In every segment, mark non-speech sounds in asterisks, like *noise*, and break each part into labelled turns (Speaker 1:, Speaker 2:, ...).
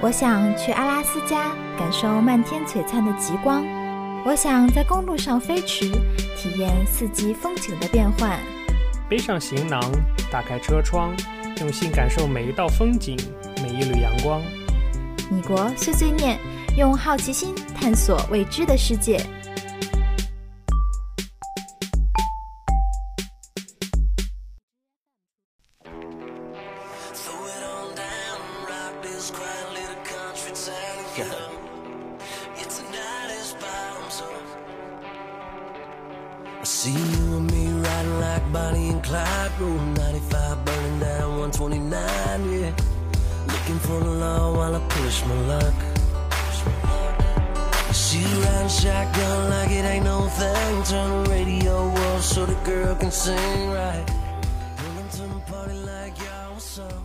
Speaker 1: 我想去阿拉斯加，感受漫天璀璨的极光；我想在公路上飞驰，体验四季风景的变换。
Speaker 2: 背上行囊，打开车窗，用心感受每一道风景，每一缕阳光。
Speaker 1: 米国碎碎念，用好奇心探索未知的世界。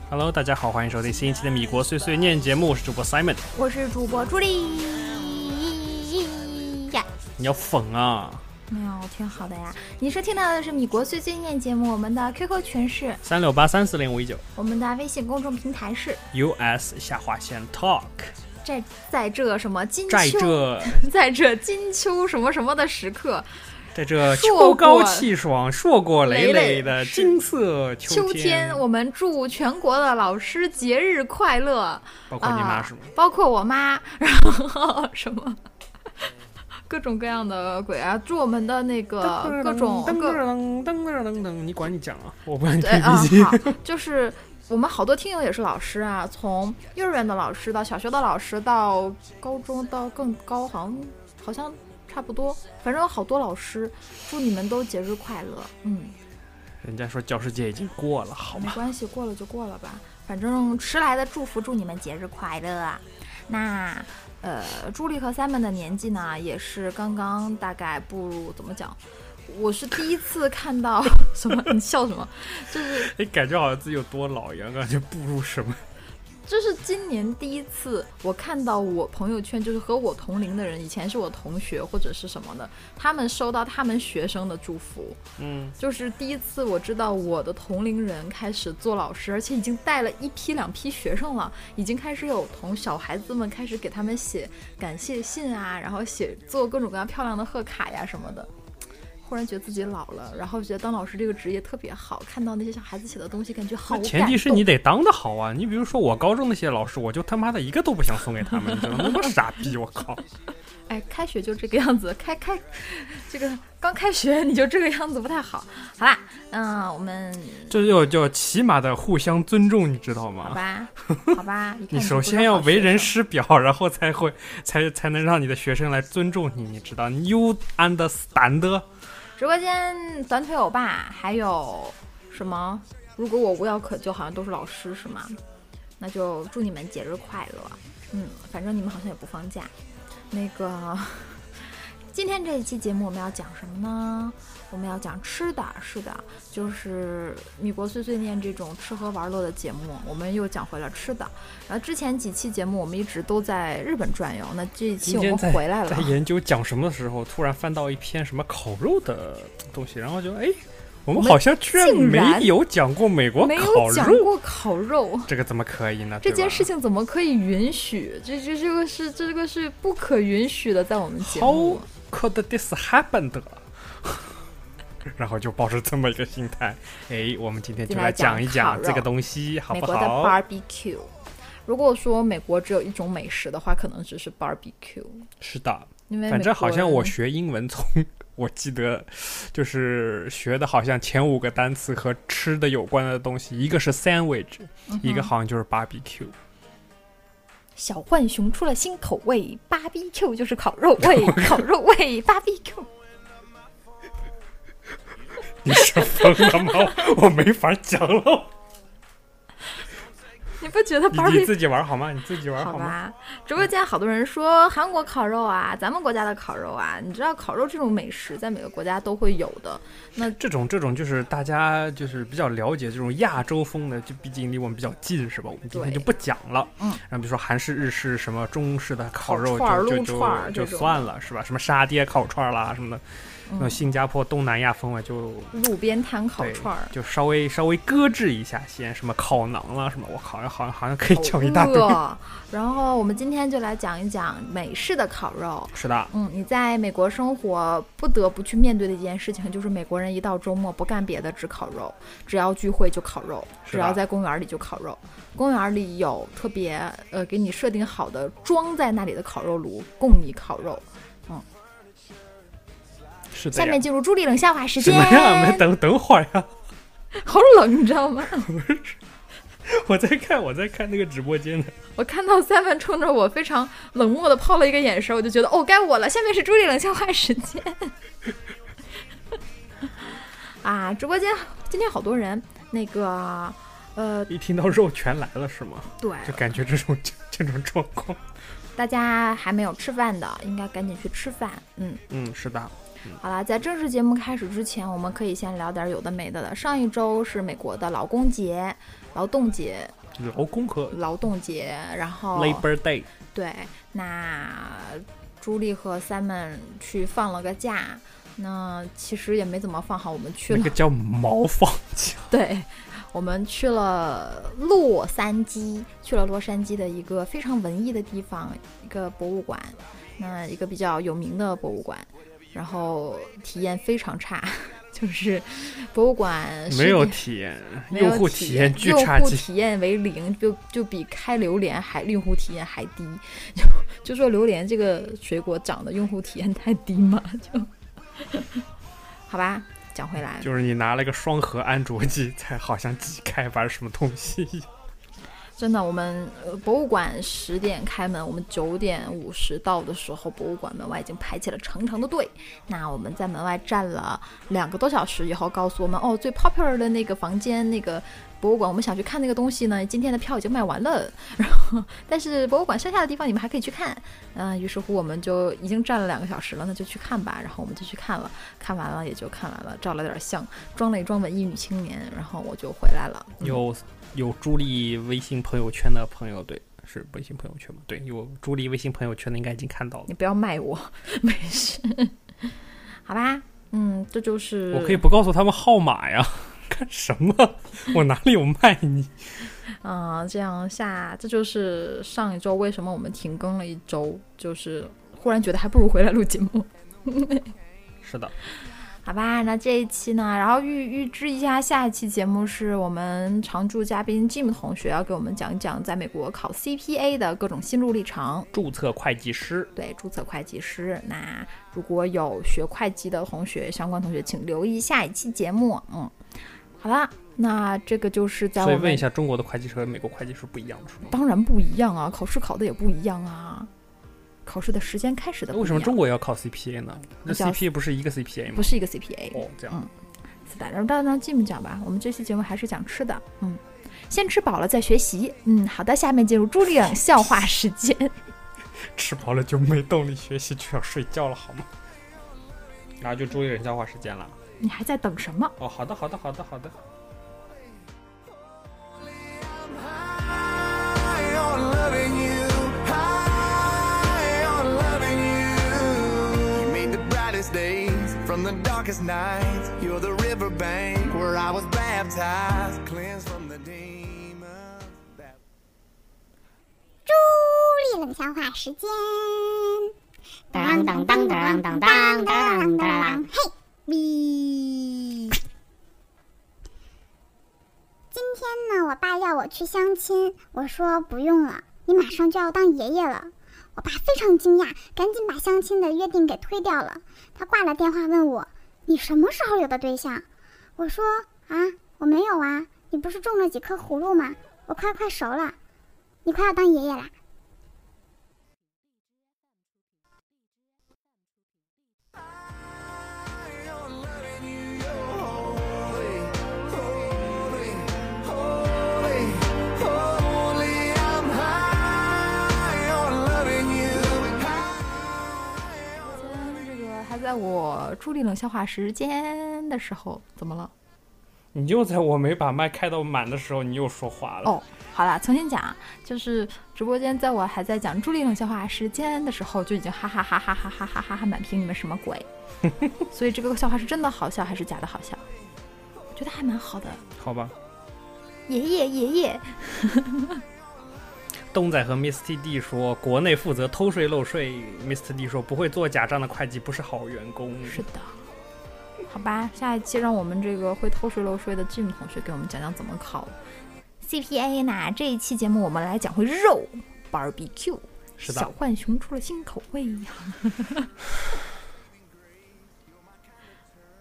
Speaker 2: Hello，大家好，欢迎收听新一期的《米国碎碎念》节目，我是主播 Simon。
Speaker 3: 我是主播朱莉呀，
Speaker 2: 你要疯啊！
Speaker 1: 没有，哎挺好的呀。你是听到的是米国碎碎念节目，我们的 QQ 群是，
Speaker 2: 三六八三四零五一九
Speaker 1: 我们的微信公众平台是，
Speaker 2: US 下划线 Talk，
Speaker 1: 在在这什么金秋，
Speaker 2: 在这
Speaker 1: 在这金秋什么什么的时刻，
Speaker 2: 在这
Speaker 1: 硕
Speaker 2: 秋高
Speaker 1: 果
Speaker 2: 气爽、硕果累累的
Speaker 1: 是
Speaker 2: 金色
Speaker 1: 秋
Speaker 2: 天，
Speaker 1: 我们祝全国的老师节日快乐。
Speaker 2: 包括你妈是吗？
Speaker 1: 啊？包括我妈， *laughs* 然后什么各种各样的鬼啊，祝我们的那个呃各种
Speaker 2: 噔
Speaker 1: 各
Speaker 2: 噔噔噔噔噔，你管你讲啊，我不让你
Speaker 1: 对
Speaker 2: 听
Speaker 1: 啊
Speaker 2: 笔记。
Speaker 1: 好，就是。我们好多听友也是老师啊，从幼儿园的老师到小学的老师，到高中到更高，好像好像差不多，反正有好多老师，祝你们都节日快乐。嗯，
Speaker 2: 人家说教师节已经过了，好
Speaker 1: 没
Speaker 2: 吗？
Speaker 1: 关系，过了就过了吧。反正迟来的祝福，祝你们节日快乐啊！那呃，朱莉和 Simon 的年纪呢，也是刚刚大概步入怎么讲？我是第一次看到 *laughs* 什么？你笑什么？就是
Speaker 2: 哎，感觉好像自己有多老一样，感觉步入什么？
Speaker 1: 就是今年第一次，我看到我朋友圈就是和我同龄的人，以前是我同学或者是什么的，他们收到他们学生的祝福，
Speaker 2: 嗯，
Speaker 1: 就是第一次我知道我的同龄人开始做老师，而且已经带了一批两批学生了，已经开始有同小孩子们开始给他们写感谢信啊，然后写做各种各样漂亮的贺卡呀什么的。忽然觉得自己老了，然后觉得当老师这个职业特别好，看到那些小孩子写的东西，感觉好
Speaker 2: 那
Speaker 1: 感动。
Speaker 2: 前提是你得当的好啊！你比如说我高中那些老师，我就他妈的一个都不想送给他们，你知道吗？那么傻逼，我靠！
Speaker 1: 哎，开学就这个样子，开开，这个刚开学你就这个样子不太好。好啦，嗯，我们
Speaker 2: 这就叫起码的互相尊重，你知道
Speaker 1: 好
Speaker 2: 吗？ *laughs*
Speaker 1: 吧，好吧，一看
Speaker 2: 你
Speaker 1: 就
Speaker 2: 首
Speaker 1: 不是
Speaker 2: 先要
Speaker 1: 好
Speaker 2: 为
Speaker 1: 学生
Speaker 2: 人师表，然后才会才才能让你的学生来尊重你，你知道？You understand？
Speaker 1: 直播间短腿欧巴还有什么？如果我无药可救，好像都是老师是吗？那就祝你们节日快乐。嗯，反正你们好像也不放假。那个，今天这一期节目我们要讲什么呢？我们要讲吃的，是的，就是米国碎碎念这种吃喝玩乐的节目，我们又讲回了吃的。然后之前几期节目我们一直都在日本转悠，那这一期
Speaker 2: 今
Speaker 1: 我
Speaker 2: 天
Speaker 1: 们
Speaker 2: 在
Speaker 1: 回来了
Speaker 2: 在。研究讲什么的时候，突然翻到一篇什么烤肉的东西，然后就哎，我们
Speaker 1: 我们
Speaker 2: 好像居然
Speaker 1: 竟
Speaker 2: 没
Speaker 1: 然
Speaker 2: 有讲过美国
Speaker 1: 没
Speaker 2: 烤
Speaker 1: 有讲
Speaker 2: 肉，
Speaker 1: 过烤肉，
Speaker 2: 这个怎么可以呢？
Speaker 1: 这
Speaker 2: 对
Speaker 1: 件
Speaker 2: 吧
Speaker 1: 事情怎么可以允许？这这这个是这个是不可允许的，在我们节目
Speaker 2: How。could this happen *laughs* 的？然后就抱着这么一个心态，哎，我们今天就
Speaker 1: 就
Speaker 2: 来
Speaker 1: 来
Speaker 2: 讲一
Speaker 1: 讲烤
Speaker 2: 讲这个
Speaker 1: 肉
Speaker 2: 东西，好
Speaker 1: 美
Speaker 2: 不
Speaker 1: 国的
Speaker 2: 好？
Speaker 1: barbecue，如果说美国只有一种美食的话，可能只是 barbecue，
Speaker 2: 是的，
Speaker 1: 因为
Speaker 2: 反
Speaker 1: 哎美国
Speaker 2: 正好像我
Speaker 1: 人
Speaker 2: 学英文从 *laughs* 我记得就是学的好像前五个单词和吃的有关的东西，一个是 sandwich，、一
Speaker 1: 嗯
Speaker 2: 个好像就是 barbecue。 *laughs*
Speaker 1: 小浣熊出了新口味，barbecue 就是烤肉
Speaker 2: *laughs*
Speaker 1: 味，烤肉味 barbecue。
Speaker 2: 你是疯了吗？我没法讲
Speaker 1: *laughs*
Speaker 2: 了，
Speaker 1: 你不觉得
Speaker 2: 你你
Speaker 1: barbecue
Speaker 2: 自己玩好吗？你自己玩
Speaker 1: 好
Speaker 2: 吗？
Speaker 1: 吧，直播间好多人说韩国烤肉啊，咱们国家的烤肉啊，你知道烤肉这种美食在每个国家都会有的，
Speaker 2: 这种这种就是大家就是比较了解这种亚洲风的，就毕竟离我们比较近是吧？我们今天
Speaker 1: 对
Speaker 2: 就不讲了。
Speaker 1: 嗯
Speaker 2: 然后比如说韩式、日式什么中式的烤肉
Speaker 1: 烤串儿
Speaker 2: 就就
Speaker 1: 撸串儿
Speaker 2: 就就
Speaker 1: 这种嗯
Speaker 2: 算了是吧？什么沙爹烤串儿啦什么的，那种新加坡东南亚风味就
Speaker 4: 路边摊烤
Speaker 2: 对
Speaker 4: 串儿，
Speaker 2: 就稍微稍微搁置一下先，什么烤馕啦什么，我好像好像好像可以
Speaker 4: 好
Speaker 2: 叫一大堆。
Speaker 4: 饿然后我们今天就来讲一讲美式的烤肉。
Speaker 2: 是的，
Speaker 4: 嗯，你在美国生活不得不去面对的一件事情，就是美国人一到周末不干别的，只烤肉，只要聚会就烤肉，
Speaker 2: 是
Speaker 4: 只
Speaker 2: 的
Speaker 4: 要在公园里就烤肉。公园里有特别呃给你设定好的装在那里的烤肉炉，供你烤肉。
Speaker 2: 是的
Speaker 4: 下
Speaker 2: 呀。
Speaker 4: 面进入朱丽冷笑话时
Speaker 2: 什
Speaker 4: 间。
Speaker 2: 么呀？没等等会儿呀、 *laughs*
Speaker 4: 好冷， *laughs* 你知道吗？
Speaker 2: 我在看我在看那个直播间呢。
Speaker 4: 我看到三文冲着我非常冷漠的抛了一个眼神，我就觉得哦，该我了。下面是朱莉冷笑话时间。 *laughs* 啊，直播间今天好多人，那个，呃，
Speaker 2: 一听到肉全来了是吗？
Speaker 4: 对，
Speaker 2: 就感觉这种 *laughs* 这这种状况。
Speaker 4: 大家还没有吃饭的，应该赶紧去吃饭。嗯，
Speaker 2: 嗯，是的，
Speaker 4: 好啦，在正式节目开始之前，我们可以先聊点有的没的的。上一周是美国的劳工节、劳动节、
Speaker 2: 劳工和
Speaker 4: 劳动节，然后
Speaker 2: 哦 Labor Day，、
Speaker 4: 对，那朱莉和 Simon 去放了个假，那其实也没怎么放好，我们去
Speaker 2: 那
Speaker 4: 了，
Speaker 2: 个叫毛放假。
Speaker 4: *laughs* 对，我们去了洛杉矶，去了洛杉矶的一个非常文艺的地方，一个博物馆，那一个比较有名的博物馆，然后体验非常差， *laughs* 就是博物馆呃
Speaker 2: *laughs*
Speaker 4: 是
Speaker 2: 没有
Speaker 4: 一
Speaker 2: 体验，
Speaker 4: 没
Speaker 2: 用
Speaker 4: 有
Speaker 2: 户
Speaker 4: 体
Speaker 2: 体验巨
Speaker 4: 用
Speaker 2: 差
Speaker 4: 户
Speaker 2: 劲。
Speaker 4: 体验为零，就就比开榴莲还用户体验还低。 *laughs* 就就说榴莲这个水果长得用户体验太低嘛， *laughs* 就 *laughs* 好吧。讲回来，
Speaker 2: 就是你拿了个双核安卓机，才好像自己开发什么东西一样。
Speaker 4: 真的，我们、呃、博物馆十点开门，我们九点五十到的时候，博物馆门外已经排起了长长的队。那我们在门外站了两个多小时以后，告诉我们哦，最 popular 的那个房间那个。博物馆，我们想去看那个东西呢，今天的票已经卖完了。然后，但是博物馆剩下的地方你们还可以去看。嗯、于是乎我们就已经站了两个小时了，那就去看吧。然后我们就去看了，看完了也就看完了，照了点相，装了一装文艺女青年，然后我就回来了。嗯
Speaker 2: 有有朱莉微信朋友圈的朋友，对，是微信朋友圈吗？对，有朱莉微信朋友圈的应该已经看到了
Speaker 4: 你。不要卖我， *laughs* 没事，好吧？嗯，这就是
Speaker 2: 我可以不告诉他们号码呀， *laughs* 干什么？ *laughs* 我哪里有卖你？
Speaker 4: 啊、这样下，这就是上一周为什么我们停更了一周，就是忽然觉得还不如回来录节目，
Speaker 2: 是的，
Speaker 4: 好吧？那这一期呢，然后预预知一下，下一期节目是我们常驻嘉宾 Jim 同学要给我们讲一讲在美国考 CPA 的各种心路历程。
Speaker 2: 注册会计师，
Speaker 4: 对，注册会计师。那如果有学会计的同学，相关同学请留意下一期节目。嗯，好了，那这个就是在
Speaker 2: 所以
Speaker 4: 我
Speaker 2: 问一
Speaker 4: 们
Speaker 2: 下，中国的会计师和美国会计师不一样是吗？
Speaker 4: 当然不一样啊，考试考的也不一样啊，考试的时间开始的
Speaker 2: 那为什么中
Speaker 4: 国
Speaker 2: 国要考 CPA 呢？那
Speaker 4: 我叫
Speaker 2: CPA 不是一个 CPA 吗？
Speaker 4: 不是一个 CPA？
Speaker 2: 哦，这样、
Speaker 4: 嗯是的，然后让让 Jim 讲吧，我们这期节目还是讲吃的，嗯。先吃饱了再学习。嗯，好的，下面进入朱丽颖笑话时间。
Speaker 2: 吃饱了就没动力学习，就要睡觉了，好吗？然后就注意冷笑话时间了。
Speaker 4: 你还在等什么？
Speaker 2: 哦，好的，好的，好的，好的。
Speaker 5: High on loving you, high on loving you. You mean the brightest days from the darkest nights. You're the riverbank where I was baptized, cleansed from the demon.
Speaker 6: 朱莉冷笑话时间。当当当当当当当当当，嘿，咪。今天呢，我爸要我去相亲，我说不用了，你马上就要当爷爷了。我爸非常惊讶，赶紧把相亲的约定给推掉了。他挂了电话问我：“你什么时候有的对象？”我说：“啊，我没有啊，你不是种了几颗葫芦吗？我快快熟了。”你快要当爷爷啦！
Speaker 4: 今天这个还在我朱丽冷笑话时间的时候，怎么了？
Speaker 2: 你又在我没把麦开到满的时候，你又说话了。
Speaker 4: 哦好了，重新讲，啊就是直播间在我还在讲朱莉冷笑话时间的时候，就已经哈哈哈哈哈哈哈哈哈满屏你们什么
Speaker 2: *laughs*
Speaker 4: 鬼？所以这个笑话是真的好笑还是假的好笑？我觉得还蛮好的。
Speaker 2: 好吧，
Speaker 4: 爷爷爷爷，
Speaker 2: 东仔和 Mr. D 说，国内负责偷税漏税，Mr. D 说不会做假账的会计不是好员工。
Speaker 4: 是的。好吧，下一期让我们这个会偷税漏税的 Jim 同学给我们讲讲怎么考 CPA 呢？这一期节目我们来讲回肉 barbecue，
Speaker 2: 是
Speaker 4: 小
Speaker 2: 的，
Speaker 4: 浣熊出了新口味呀。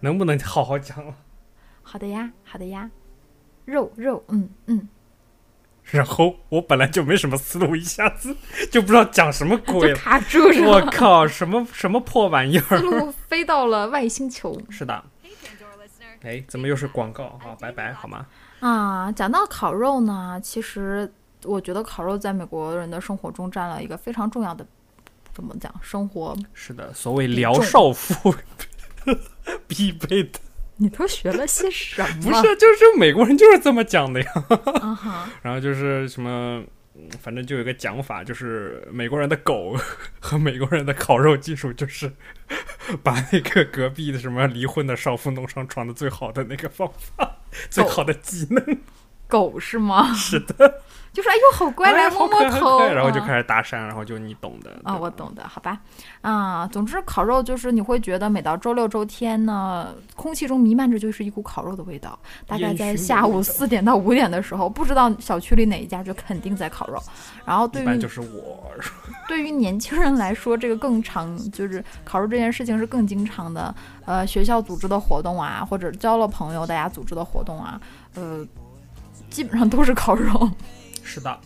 Speaker 2: 能不能好好讲了？
Speaker 4: 好的呀，好的呀，肉肉，嗯嗯，
Speaker 2: 然后我本来就没什么思路，一下子就不知道讲什么鬼了。
Speaker 4: *laughs* 就卡住是
Speaker 2: 我
Speaker 4: 吧？
Speaker 2: 靠，什么什么破玩意
Speaker 4: 思
Speaker 2: 儿？
Speaker 4: 路飞到了外星球
Speaker 2: 是的。哎，怎么又是广告
Speaker 4: 哎
Speaker 2: 啊？拜拜，好吗？
Speaker 4: *laughs* 啊！讲到烤肉呢，其实我觉得烤肉在美国人的生活中占了一个非常重要的，怎么讲？生活，
Speaker 2: 是的，所谓聊少妇 *laughs* 必备的，
Speaker 4: *laughs* 你都学了些什么？ *laughs*
Speaker 2: 不是，就是美国人就是这么讲的呀。
Speaker 4: 啊哈，
Speaker 2: 然后就是什么，嗯反正就有一个讲法，就是美国人的狗和美国人的烤肉技术，就是 *laughs* 把那个隔壁的什么离婚的少妇弄上床的最好的那个方法，最好的技能。
Speaker 4: 狗是吗？
Speaker 2: 是的，
Speaker 4: *laughs* 就是哎呦，好乖，来
Speaker 2: *laughs* 哎
Speaker 4: 摸
Speaker 2: 好
Speaker 4: 摸
Speaker 2: 可爱好
Speaker 4: 头，
Speaker 2: 可爱然后就
Speaker 4: 啊
Speaker 2: 开始搭讪，然后就你懂的。
Speaker 4: 啊、
Speaker 2: 对
Speaker 4: 我懂的，好吧，啊、总之烤肉就是你会觉得每到周六周天呢，空气中弥漫着就是一股烤肉的味道。大概
Speaker 2: 烟熏
Speaker 4: 在
Speaker 2: 的
Speaker 4: 下
Speaker 2: 味
Speaker 4: 午
Speaker 2: 道
Speaker 4: 四点到五点的时候，不知道小区里哪一家就肯定在烤 *laughs* 肉。然后对
Speaker 2: 一
Speaker 4: 于
Speaker 2: 般就是我，
Speaker 4: 对于年轻人来说，这个更常就是烤肉这件事情是更经常的。呃，学校组织的活动啊，或者交了朋友大家组织的活动啊，呃，基本上都是烤肉。
Speaker 2: 是的，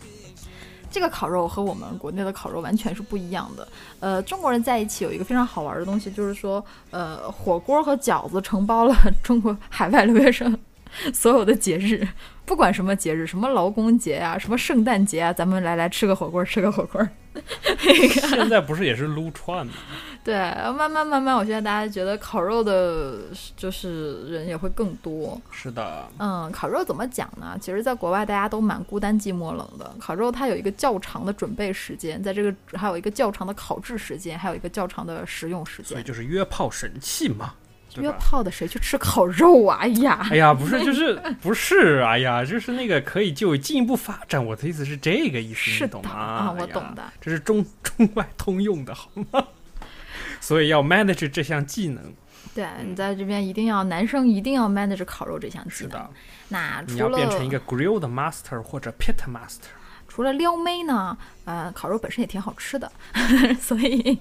Speaker 4: 这个烤肉和我们国内的烤肉完全是不一样的。呃，中国人在一起有一个非常好玩的东西，就是说，呃，火锅和饺子承包了中国海外留学生所有的节日， *laughs* 不管什么节日，什么劳工节啊，什么圣诞节啊，咱们来来吃个火锅，吃个火锅。 *laughs*
Speaker 2: *laughs* 现在不是也是撸串吗？
Speaker 4: 对，慢慢慢慢，我觉得大家觉得烤肉的，就是人也会更多。
Speaker 2: 是的，
Speaker 4: 嗯，烤肉怎么讲呢？其实，在国外大家都蛮孤单、寂寞、冷的。烤肉它有一个较长的准备时间，在这个还有一个较长的烤制时间，还有一个较长的食用时
Speaker 2: 所以
Speaker 4: 间。
Speaker 2: 就是约炮神器嘛，对
Speaker 4: 约
Speaker 2: 吧？
Speaker 4: 炮的谁去吃烤肉啊？哎
Speaker 2: *laughs*
Speaker 4: 呀，
Speaker 2: 哎呀，不是，就是不是，哎呀，就是那个可以就有进一步发展。我的意思是这个意思，
Speaker 4: 是
Speaker 2: 你
Speaker 4: 的
Speaker 2: 懂吗？
Speaker 4: 啊，我
Speaker 2: 哎呀
Speaker 4: 懂的。
Speaker 2: 这是中中外通用的，好吗？ *laughs* 所以要 manage 这项技能，
Speaker 4: 对你在这边一定要，男生一定要 manage 烤肉这项技
Speaker 2: 嗯是
Speaker 4: 能
Speaker 2: 的。，
Speaker 4: 那
Speaker 2: 你
Speaker 4: 除
Speaker 2: 要
Speaker 4: 了
Speaker 2: 变成一个 grill 的 master 或者 pit master。
Speaker 4: 除了撩妹呢，呃，烤肉本身也挺好吃的， *laughs* 所以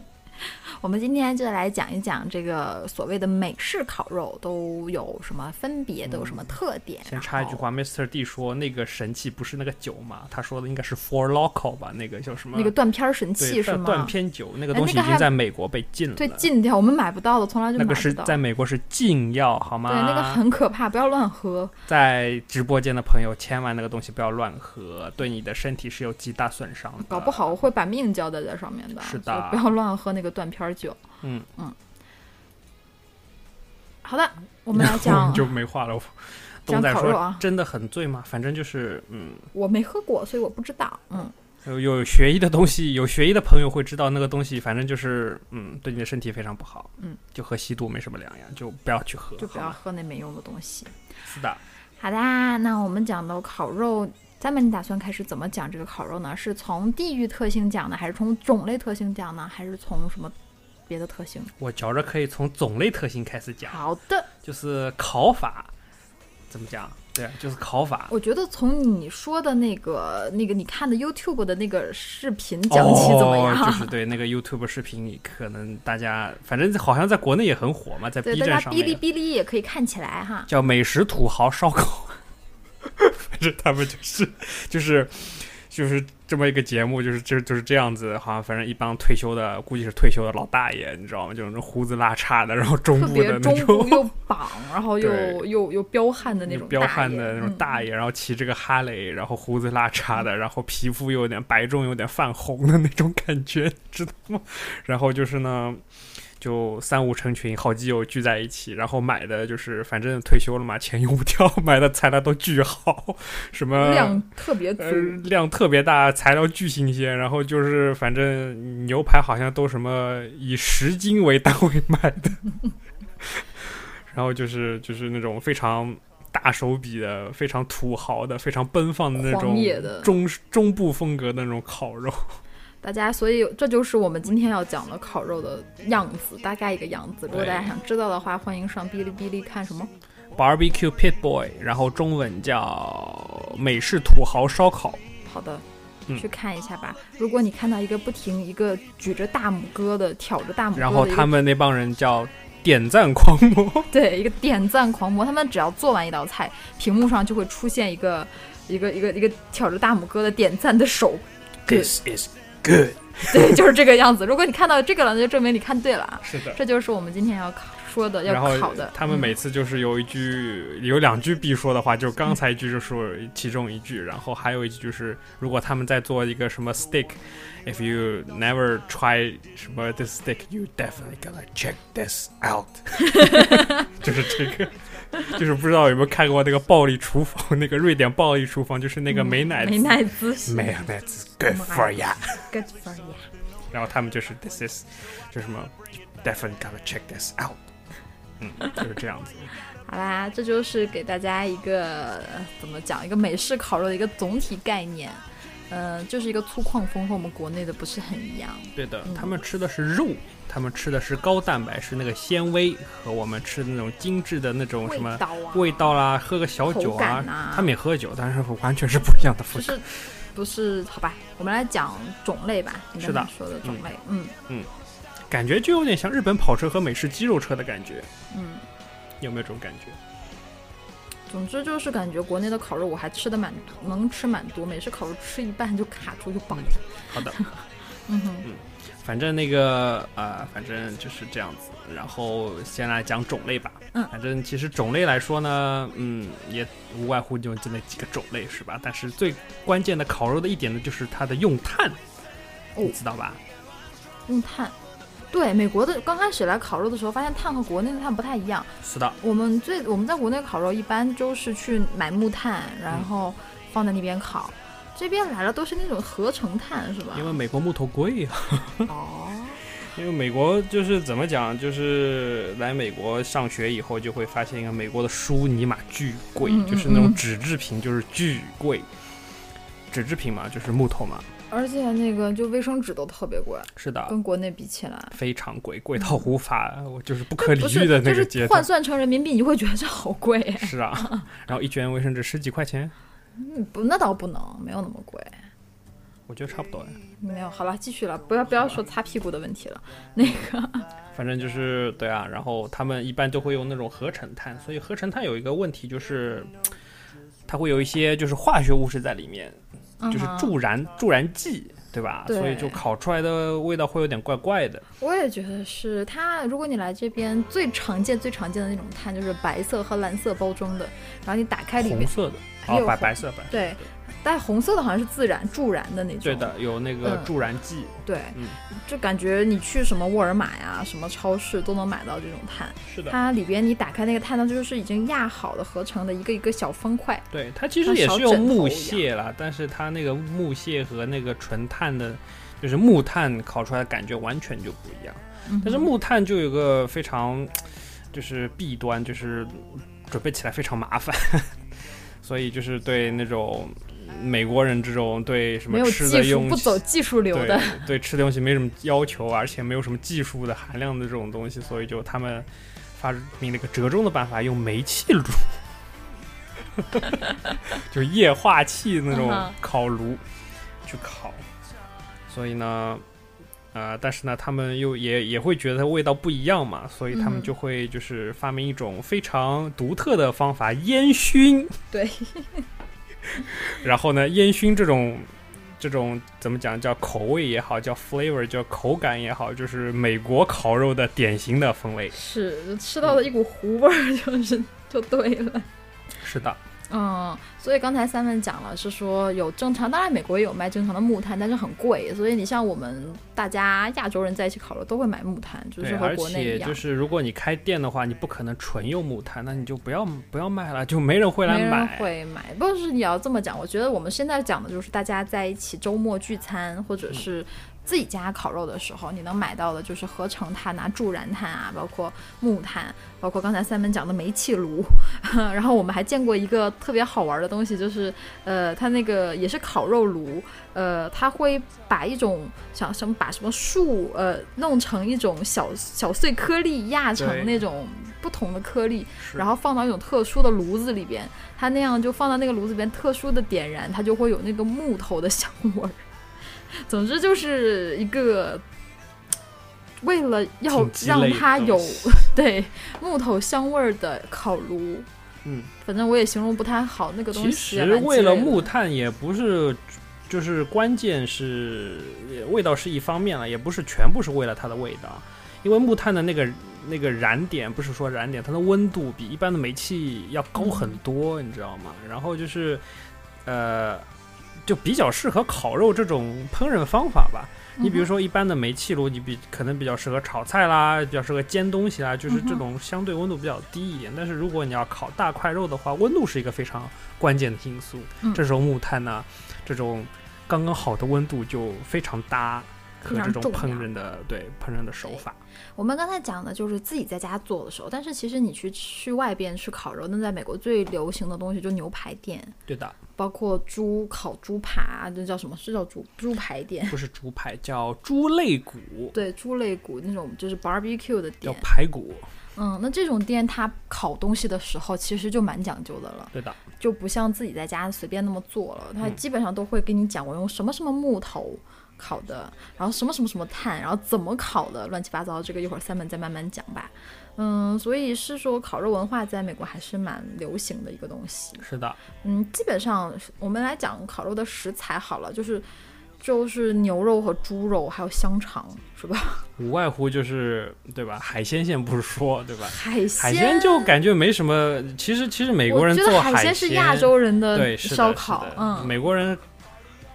Speaker 4: 我们今天就来讲一讲这个所谓的美式烤肉都有什么分别，都有什么特点。
Speaker 2: 嗯先插一句，话，Mr. D 说那个神器不是那个酒嘛，他说的应该是 for local 吧，那个叫什么？
Speaker 4: 那个断片儿神
Speaker 2: 对
Speaker 4: 器是
Speaker 2: 断
Speaker 4: 吗？
Speaker 2: 断片酒那个
Speaker 4: 哎
Speaker 2: 东
Speaker 4: 那
Speaker 2: 西
Speaker 4: 个
Speaker 2: 已经
Speaker 4: 还
Speaker 2: 在美国被禁了，
Speaker 4: 对，禁掉，我们买不到的，从来就
Speaker 2: 那
Speaker 4: 买不
Speaker 2: 个
Speaker 4: 到。
Speaker 2: 是在美国是禁药，好吗？
Speaker 4: 对，那个很可怕，不要乱喝。
Speaker 2: 在直播间的朋友，千万那个东西不要乱喝，对你的身体是有极大损伤的。
Speaker 4: 搞
Speaker 2: *laughs*
Speaker 4: 不好会把命交代在上面的。
Speaker 2: 是的
Speaker 4: 所以不要乱喝那个断片儿酒。
Speaker 2: *laughs* 嗯
Speaker 4: 嗯。好的，我们来讲，
Speaker 2: 就没话
Speaker 4: *laughs*
Speaker 2: 了。东
Speaker 4: 讲
Speaker 2: 仔
Speaker 4: 烤肉啊
Speaker 2: 说：“真的很醉吗？反正就是，嗯，
Speaker 4: 我没喝过，所以我不知道。嗯，
Speaker 2: 有有学医的东西，有学医的朋友会知道那个东西，反正就是，嗯，对你的身体非常不好。
Speaker 4: 嗯，
Speaker 2: 就和吸毒没什么两样，就不要去喝。
Speaker 4: 就不
Speaker 2: 好
Speaker 4: 要
Speaker 2: 吗
Speaker 4: 喝那没用的东西。
Speaker 2: 是的，
Speaker 4: 好的啊，那我们讲到烤肉，咱们你打算开始怎么讲这个烤肉呢？是从地域特性讲呢，还是从种类特性讲呢，还是从什么别的特性？
Speaker 2: 我觉着可以从种类特性开始讲，
Speaker 4: 好的，
Speaker 2: 就是烤法，怎么讲？对，就是烤法。
Speaker 4: 我觉得从你说的那个、那个你看的 YouTube 的那个视频讲起怎么样？
Speaker 2: 哦、就是对那个 YouTube 视频，可能大家反正好像在国内也很火嘛，在 B
Speaker 4: *laughs* 对，大
Speaker 2: 站
Speaker 4: 家
Speaker 2: 上
Speaker 4: 哔哩
Speaker 2: 面
Speaker 4: 哔哩也可以看起来哈。
Speaker 2: 叫美食土豪烧烤， *laughs* 反正他们就是就是就是这么一个节目，就是就就是这样子，好像反正一帮退休的，估计是退休的老大爷，你知道吗？就是那种胡子拉碴的，然后中
Speaker 4: 特
Speaker 2: 部
Speaker 4: 别
Speaker 2: 的那
Speaker 4: 中部又
Speaker 2: 种。
Speaker 4: 绑，然后
Speaker 2: *laughs*
Speaker 4: 又
Speaker 2: 对
Speaker 4: 又又彪悍的那种
Speaker 2: 嗯彪悍的那种
Speaker 4: 大嗯
Speaker 2: 大爷，然后骑这个哈雷，然后胡子拉碴的，然后皮肤有 *laughs* 点白中有点泛红的那种感觉，知道吗？然后就是呢，就三五成群，好基友聚在一起，然后买的就是反正退休了嘛，钱用不掉，买的材料都巨好，什么
Speaker 4: 量特别足
Speaker 2: 呃，量特别大，材料巨新鲜，然后就是反正牛排好像都什么以十斤为单位卖的， *laughs* 然后就是就是那种非常大手笔的、非常土豪的、非常奔放的那
Speaker 4: 狂
Speaker 2: 种
Speaker 4: 野的
Speaker 2: 中中部风格的那种烤肉。
Speaker 4: 大家，所以这就是我们今天要讲的烤肉的样子，大概一个样子。如果
Speaker 2: 对
Speaker 4: 大家想知道的话，欢迎上哔哩哔哩看什么
Speaker 2: Barbecue Pit Boy，然后中文叫美式土豪烧烤。
Speaker 4: 好的。
Speaker 2: 嗯
Speaker 4: 去看一下吧。如果你看到一个不停一个举着大拇哥的挑着大拇哥的一个，
Speaker 2: 然后他们那帮人叫点赞狂魔，
Speaker 4: 对一个点赞狂魔，他们只要做完一道菜，屏幕上就会出现一个一个一个一个挑着大拇哥的点赞的手， *laughs*
Speaker 2: This is good。
Speaker 4: 对，就是这个样子。如果你看到这个了，那就证明你看对了啊。
Speaker 2: 是的。
Speaker 4: 这就是我们今天要考说的，
Speaker 2: 然
Speaker 4: 要
Speaker 2: 后
Speaker 4: 考的。嗯
Speaker 2: 他们每次就是有一句、有两句必说的话，就刚才一句就是其中一句，然后还有一句就是，如果他们在做一个什么 steak，if you never try 什么 this steak，you definitely gotta check this out，就是这个。就是不知道有没有看过那个《暴力厨房》，那个瑞典《暴力厨房》，就是那个美乃
Speaker 4: 嗯
Speaker 2: 滋，
Speaker 4: 美乃滋是
Speaker 2: 美乃滋 good for ya。 *laughs*
Speaker 4: good for you。
Speaker 2: 然后他们就是 this is，就什么 definitely gotta check this out，嗯，就是这样子。
Speaker 4: 好啦，这就是给大家一个呃怎么讲，一个美式烤肉的一个总体概念。呃，就是一个粗犷风和我们国内的不是很一样。
Speaker 2: 对的
Speaker 4: 嗯，
Speaker 2: 他们吃的是肉，他们吃的是高蛋白，是那个纤维，和我们吃的那种精致的那种
Speaker 4: 味
Speaker 2: 什么
Speaker 4: 道啊，
Speaker 2: 味道啦，喝个小酒
Speaker 4: 口
Speaker 2: 啊
Speaker 4: 感，啊
Speaker 2: 他们也喝酒，但是完全是不一样的
Speaker 4: 就
Speaker 2: 风格。
Speaker 4: 是不是好吧？我们来讲种类吧，你
Speaker 2: 是
Speaker 4: 刚
Speaker 2: 的
Speaker 4: 才说的种类，嗯
Speaker 2: 感觉就有点像日本跑车和美式肌肉车的感觉，
Speaker 4: 嗯。
Speaker 2: 有没有这种感觉？
Speaker 4: 总之就是感觉国内的烤肉我还吃的蛮多，能吃蛮多，美式烤肉吃一半就卡住就饱了。
Speaker 2: 好的，
Speaker 4: 嗯哼，
Speaker 2: 反正那个呃，反正就是这样子。然后先来讲种类吧。
Speaker 4: 嗯
Speaker 2: 反正其实种类来说呢，嗯，也无外乎就这么几个种类，是吧？但是最关键的烤肉的一点呢，就是它的用炭，
Speaker 4: 哦
Speaker 2: 你知道吧？
Speaker 4: 用炭。对，美国的刚开始来烤肉的时候，发现炭和国内的炭不太一样。
Speaker 2: 是的，
Speaker 4: 我们最我们在国内烤肉一般就是去买木炭，然后放在那边烤。这边来了都是那种合成炭，是吧？
Speaker 2: 因为美国木头贵啊。
Speaker 4: 哦，
Speaker 2: *laughs* 因为美国就是怎么讲，就是来美国上学以后，就会发现一个美国的书尼玛巨贵，
Speaker 4: 嗯嗯
Speaker 2: 就是那种
Speaker 4: 嗯
Speaker 2: 纸制品，就是巨贵。纸制品嘛，就是木头嘛。
Speaker 4: 而且那个就卫生纸都特别贵，
Speaker 2: 是的，
Speaker 4: 跟国内比起来，
Speaker 2: 非常贵，贵到无法，我就是不可理
Speaker 4: 嗯不
Speaker 2: 喻
Speaker 4: 是
Speaker 2: 的那
Speaker 4: 就
Speaker 2: 个
Speaker 4: 是
Speaker 2: 阶
Speaker 4: 换
Speaker 2: 段。
Speaker 4: 算成人民币，你会觉得这好贵哎。
Speaker 2: 是啊，
Speaker 4: *laughs*
Speaker 2: 然后一卷卫生纸十几块钱，
Speaker 4: 嗯不，那倒不能，没有那么贵。
Speaker 2: 我觉得差不多呀。
Speaker 4: 没有，好了，继续了，不要不要说擦屁股的问题了。那个，
Speaker 2: 反正就是对啊，然后他们一般都会用那种合成碳，所以合成碳有一个问题就是，它会有一些就是化学物质在里面， *laughs* 就是
Speaker 4: 嗯哼
Speaker 2: 助燃助燃剂，对吧？
Speaker 4: 对
Speaker 2: 所以就烤出来的味道会有点怪怪的。
Speaker 4: 我也觉得是它。如果你来这边，最常见、最常见的那种碳就是白色和蓝色包装的，然后你打开里
Speaker 2: 红
Speaker 4: 面，
Speaker 2: 色的，
Speaker 4: 还
Speaker 2: 哦
Speaker 4: 有，
Speaker 2: 白
Speaker 4: 红
Speaker 2: 白色白色。
Speaker 4: 对，但红色的好像是自然助燃的那种。
Speaker 2: 对，的，有那个
Speaker 4: 嗯
Speaker 2: 助燃剂，
Speaker 4: 对，
Speaker 2: 嗯
Speaker 4: 就感觉你去什么沃尔玛呀、什么超市都能买到这种碳。
Speaker 2: 是的，
Speaker 4: 它里边你打开那个碳，它就是已经压好的合成的一个一个小方块。
Speaker 2: 对，它其实
Speaker 4: 像
Speaker 2: 也
Speaker 4: 小
Speaker 2: 是用
Speaker 4: 枕头
Speaker 2: 木
Speaker 4: 一
Speaker 2: 屑啦，但是它那个木屑和那个纯碳的，就是木炭烤出来的感觉完全就不一样。
Speaker 4: 嗯哼
Speaker 2: 但是木炭就有个非常就是弊端，就是准备起来非常麻烦， *laughs* 所以就是对那种美国人这种对什
Speaker 4: 没
Speaker 2: 么
Speaker 4: 有
Speaker 2: 吃的
Speaker 4: 技术，
Speaker 2: 用
Speaker 4: 不走技术流
Speaker 2: 对
Speaker 4: 的。
Speaker 2: 对吃的东西没什么要求，而且没有什么技术的含量的这种东西，所以就他们发明了一个折中的办法，用煤气炉， *laughs* 就是液化气那种
Speaker 4: 嗯哼
Speaker 2: 烤炉去烤。所以呢，呃，但是呢，他们又也也会觉得味道不一样嘛，所以他们
Speaker 4: 嗯
Speaker 2: 就会就是发明一种非常独特的方法烟熏。
Speaker 4: 对。
Speaker 2: *laughs* 然后呢，烟熏这种这种怎么讲叫口味也好，叫 flavor 叫口感也好，就是美国烤肉的典型的风味。
Speaker 4: 是吃到了一股糊味儿，就是就对了。
Speaker 2: 是的，
Speaker 4: 嗯，所以刚才三问讲了，是说有正常，当然美国也有卖正常的木炭，但是很贵，所以你像我们大家亚洲人在一起烤肉都会买木炭，就
Speaker 2: 对，
Speaker 4: 是和
Speaker 2: 而
Speaker 4: 国内
Speaker 2: 且
Speaker 4: 一样
Speaker 2: 就。是如果你开店的话，你不可能纯用木炭，那你就不要不要卖了，就没人会来
Speaker 4: 没人
Speaker 2: 买。
Speaker 4: 会买，不是你要这么讲。我觉得我们现在讲的就是大家在一起周末聚餐，或
Speaker 2: 嗯
Speaker 4: 者是自己家烤肉的时候，你能买到的就是合成炭啊、助燃炭啊，包括木炭，包括刚才三门讲的煤气炉。 *laughs* 然后我们还见过一个特别好玩的东西，就是呃，它那个也是烤肉炉，呃，它会把一种想什么把什么树呃弄成一种小小碎颗粒，压
Speaker 2: 对
Speaker 4: 成那种不同的颗粒，
Speaker 2: 是
Speaker 4: 然后放到一种特殊的炉子里边，它那样就放到那个炉子里边特殊的点燃，它就会有那个木头的香味儿。总之就是一个为了要
Speaker 2: 挺鸡
Speaker 4: 让
Speaker 2: 肋的
Speaker 4: 它
Speaker 2: 东
Speaker 4: 有
Speaker 2: 西
Speaker 4: *laughs* 对木头香味儿的烤炉，
Speaker 2: 嗯，
Speaker 4: 反正我也形容不太好那个东
Speaker 2: 其
Speaker 4: 西。
Speaker 2: 实为了木，炭也不是，就是关键是呃味道是一方面了，也不是全部是为了它的味道，因为木炭的那个那个燃点不是说燃点，它的温度比一般的煤气要高很多，你知道吗？然后就是，呃，就比较适合烤肉这种烹饪方法吧。你比如
Speaker 4: 说，
Speaker 2: 说一般的煤气炉，你比可能比较适合炒菜啦，比较适合煎东西啦，就是这
Speaker 4: 嗯哼
Speaker 2: 种相对温度比较低一点。但是如果你要烤大块肉的话，温度是一个非常关键的因素。
Speaker 4: 嗯
Speaker 2: 这时候木炭呢，这种刚刚好的温度就非常搭和
Speaker 4: 非常
Speaker 2: 这种
Speaker 4: 重要
Speaker 2: 烹饪的对烹饪的手法。
Speaker 4: 我们刚才讲的就是自己在家做的时候，但是其实你去去外边吃烤肉，那在美国最流行的东西就牛排店，
Speaker 2: 对的，
Speaker 4: 包括猪烤猪扒，那叫什么？是叫猪猪排店？
Speaker 2: 不是猪排，叫猪肋骨，
Speaker 4: 对，猪肋骨那种就是 barbecue 的
Speaker 2: 叫
Speaker 4: 店。
Speaker 2: 排骨。
Speaker 4: 嗯，那这种店它烤东西的时候其实就蛮讲究的了，
Speaker 2: 对的，
Speaker 4: 就不像自己在家随便那么做了，它
Speaker 2: 嗯
Speaker 4: 基本上都会跟你讲我用什么什么木头。烤的，然后什么什么什么炭，然后怎么烤的，乱七八糟，这个一会儿三门再慢慢讲吧。嗯，所以是说烤肉文化在美国还是蛮流行的一个东西。
Speaker 2: 是的，
Speaker 4: 嗯，基本上我们来讲烤肉的食材好了，就是就是牛肉和猪肉，还有香肠，是
Speaker 2: *laughs*
Speaker 4: 吧？
Speaker 2: 无外乎就是对吧？海鲜先不说，对吧？
Speaker 4: 海鲜，
Speaker 2: 海鲜就感觉没什么，其实其实美国人
Speaker 4: 我觉
Speaker 2: 做
Speaker 4: 得
Speaker 2: 海
Speaker 4: 海鲜是亚洲人
Speaker 2: 对是的
Speaker 4: 烧烤
Speaker 2: 是的，
Speaker 4: 嗯，
Speaker 2: 美国人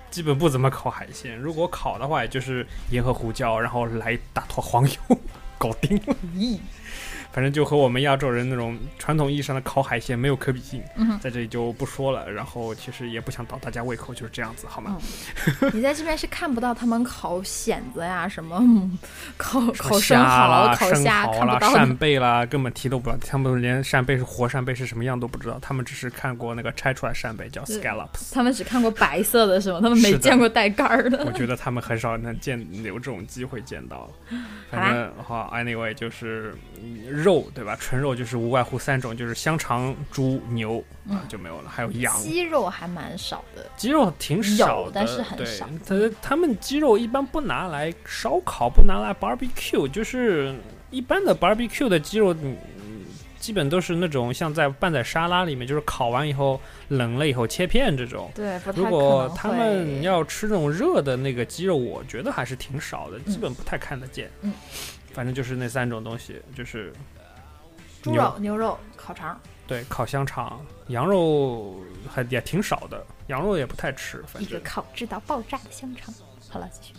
Speaker 2: 基本不怎么烤海鲜，如果烤的话，也就是盐和胡椒，然后来大坨黄油， *laughs* 搞定了。咦，反正就和我们亚洲人那种传统意义上的烤海鲜没有可比性，
Speaker 4: 嗯哼
Speaker 2: 在这里就不说了。然后其实也不想倒大家胃口，就是这样子，好吗？
Speaker 4: 你在这边是看不到他们烤蚬子呀，什么 *laughs* 嗯烤烤生
Speaker 2: 虾啦、
Speaker 4: 蚝、烤
Speaker 2: 生
Speaker 4: 虾
Speaker 2: 蚝
Speaker 4: 看
Speaker 2: 啦、
Speaker 4: 不到的
Speaker 2: 扇。贝啦，根本提都不知道，他们连扇贝是活扇贝是什么样都不知道，他们只是看过那个拆出来扇贝叫
Speaker 4: 对
Speaker 2: scallops。
Speaker 4: 他们只看过白色的，是吗？他们没
Speaker 2: 是的
Speaker 4: 见过带杆儿的。
Speaker 2: 我觉得他们很少能见有这种机会见到。反正好，anyway 就是嗯肉对吧？纯肉就是无外乎三种，就是香肠、猪、牛
Speaker 4: 嗯
Speaker 2: 啊就没有了，还有羊。
Speaker 4: 鸡肉还蛮少的，
Speaker 2: 鸡肉挺少
Speaker 4: 有
Speaker 2: 的，
Speaker 4: 但是很少
Speaker 2: 对他他们鸡肉一般不拿来烧烤，不拿来 barbecue，就是一般的 barbecue 的鸡肉，嗯，基本都是那种像在拌在沙拉里面，就是烤完以后冷了以后切片这种。
Speaker 4: 对，不太
Speaker 2: 如
Speaker 4: 可能
Speaker 2: 果
Speaker 4: 会
Speaker 2: 他们要吃那种热的那个鸡肉，我觉得还是挺少的，基本不太看得见。
Speaker 4: 嗯，
Speaker 2: 反正就是那三种东西，就是
Speaker 4: 猪
Speaker 2: 牛
Speaker 4: 肉、牛肉、烤肠，
Speaker 2: 对烤香肠、羊肉还也挺少的，羊肉也不太吃。反
Speaker 4: 一个
Speaker 2: 正
Speaker 4: 烤制到爆炸的香肠。好了，继续。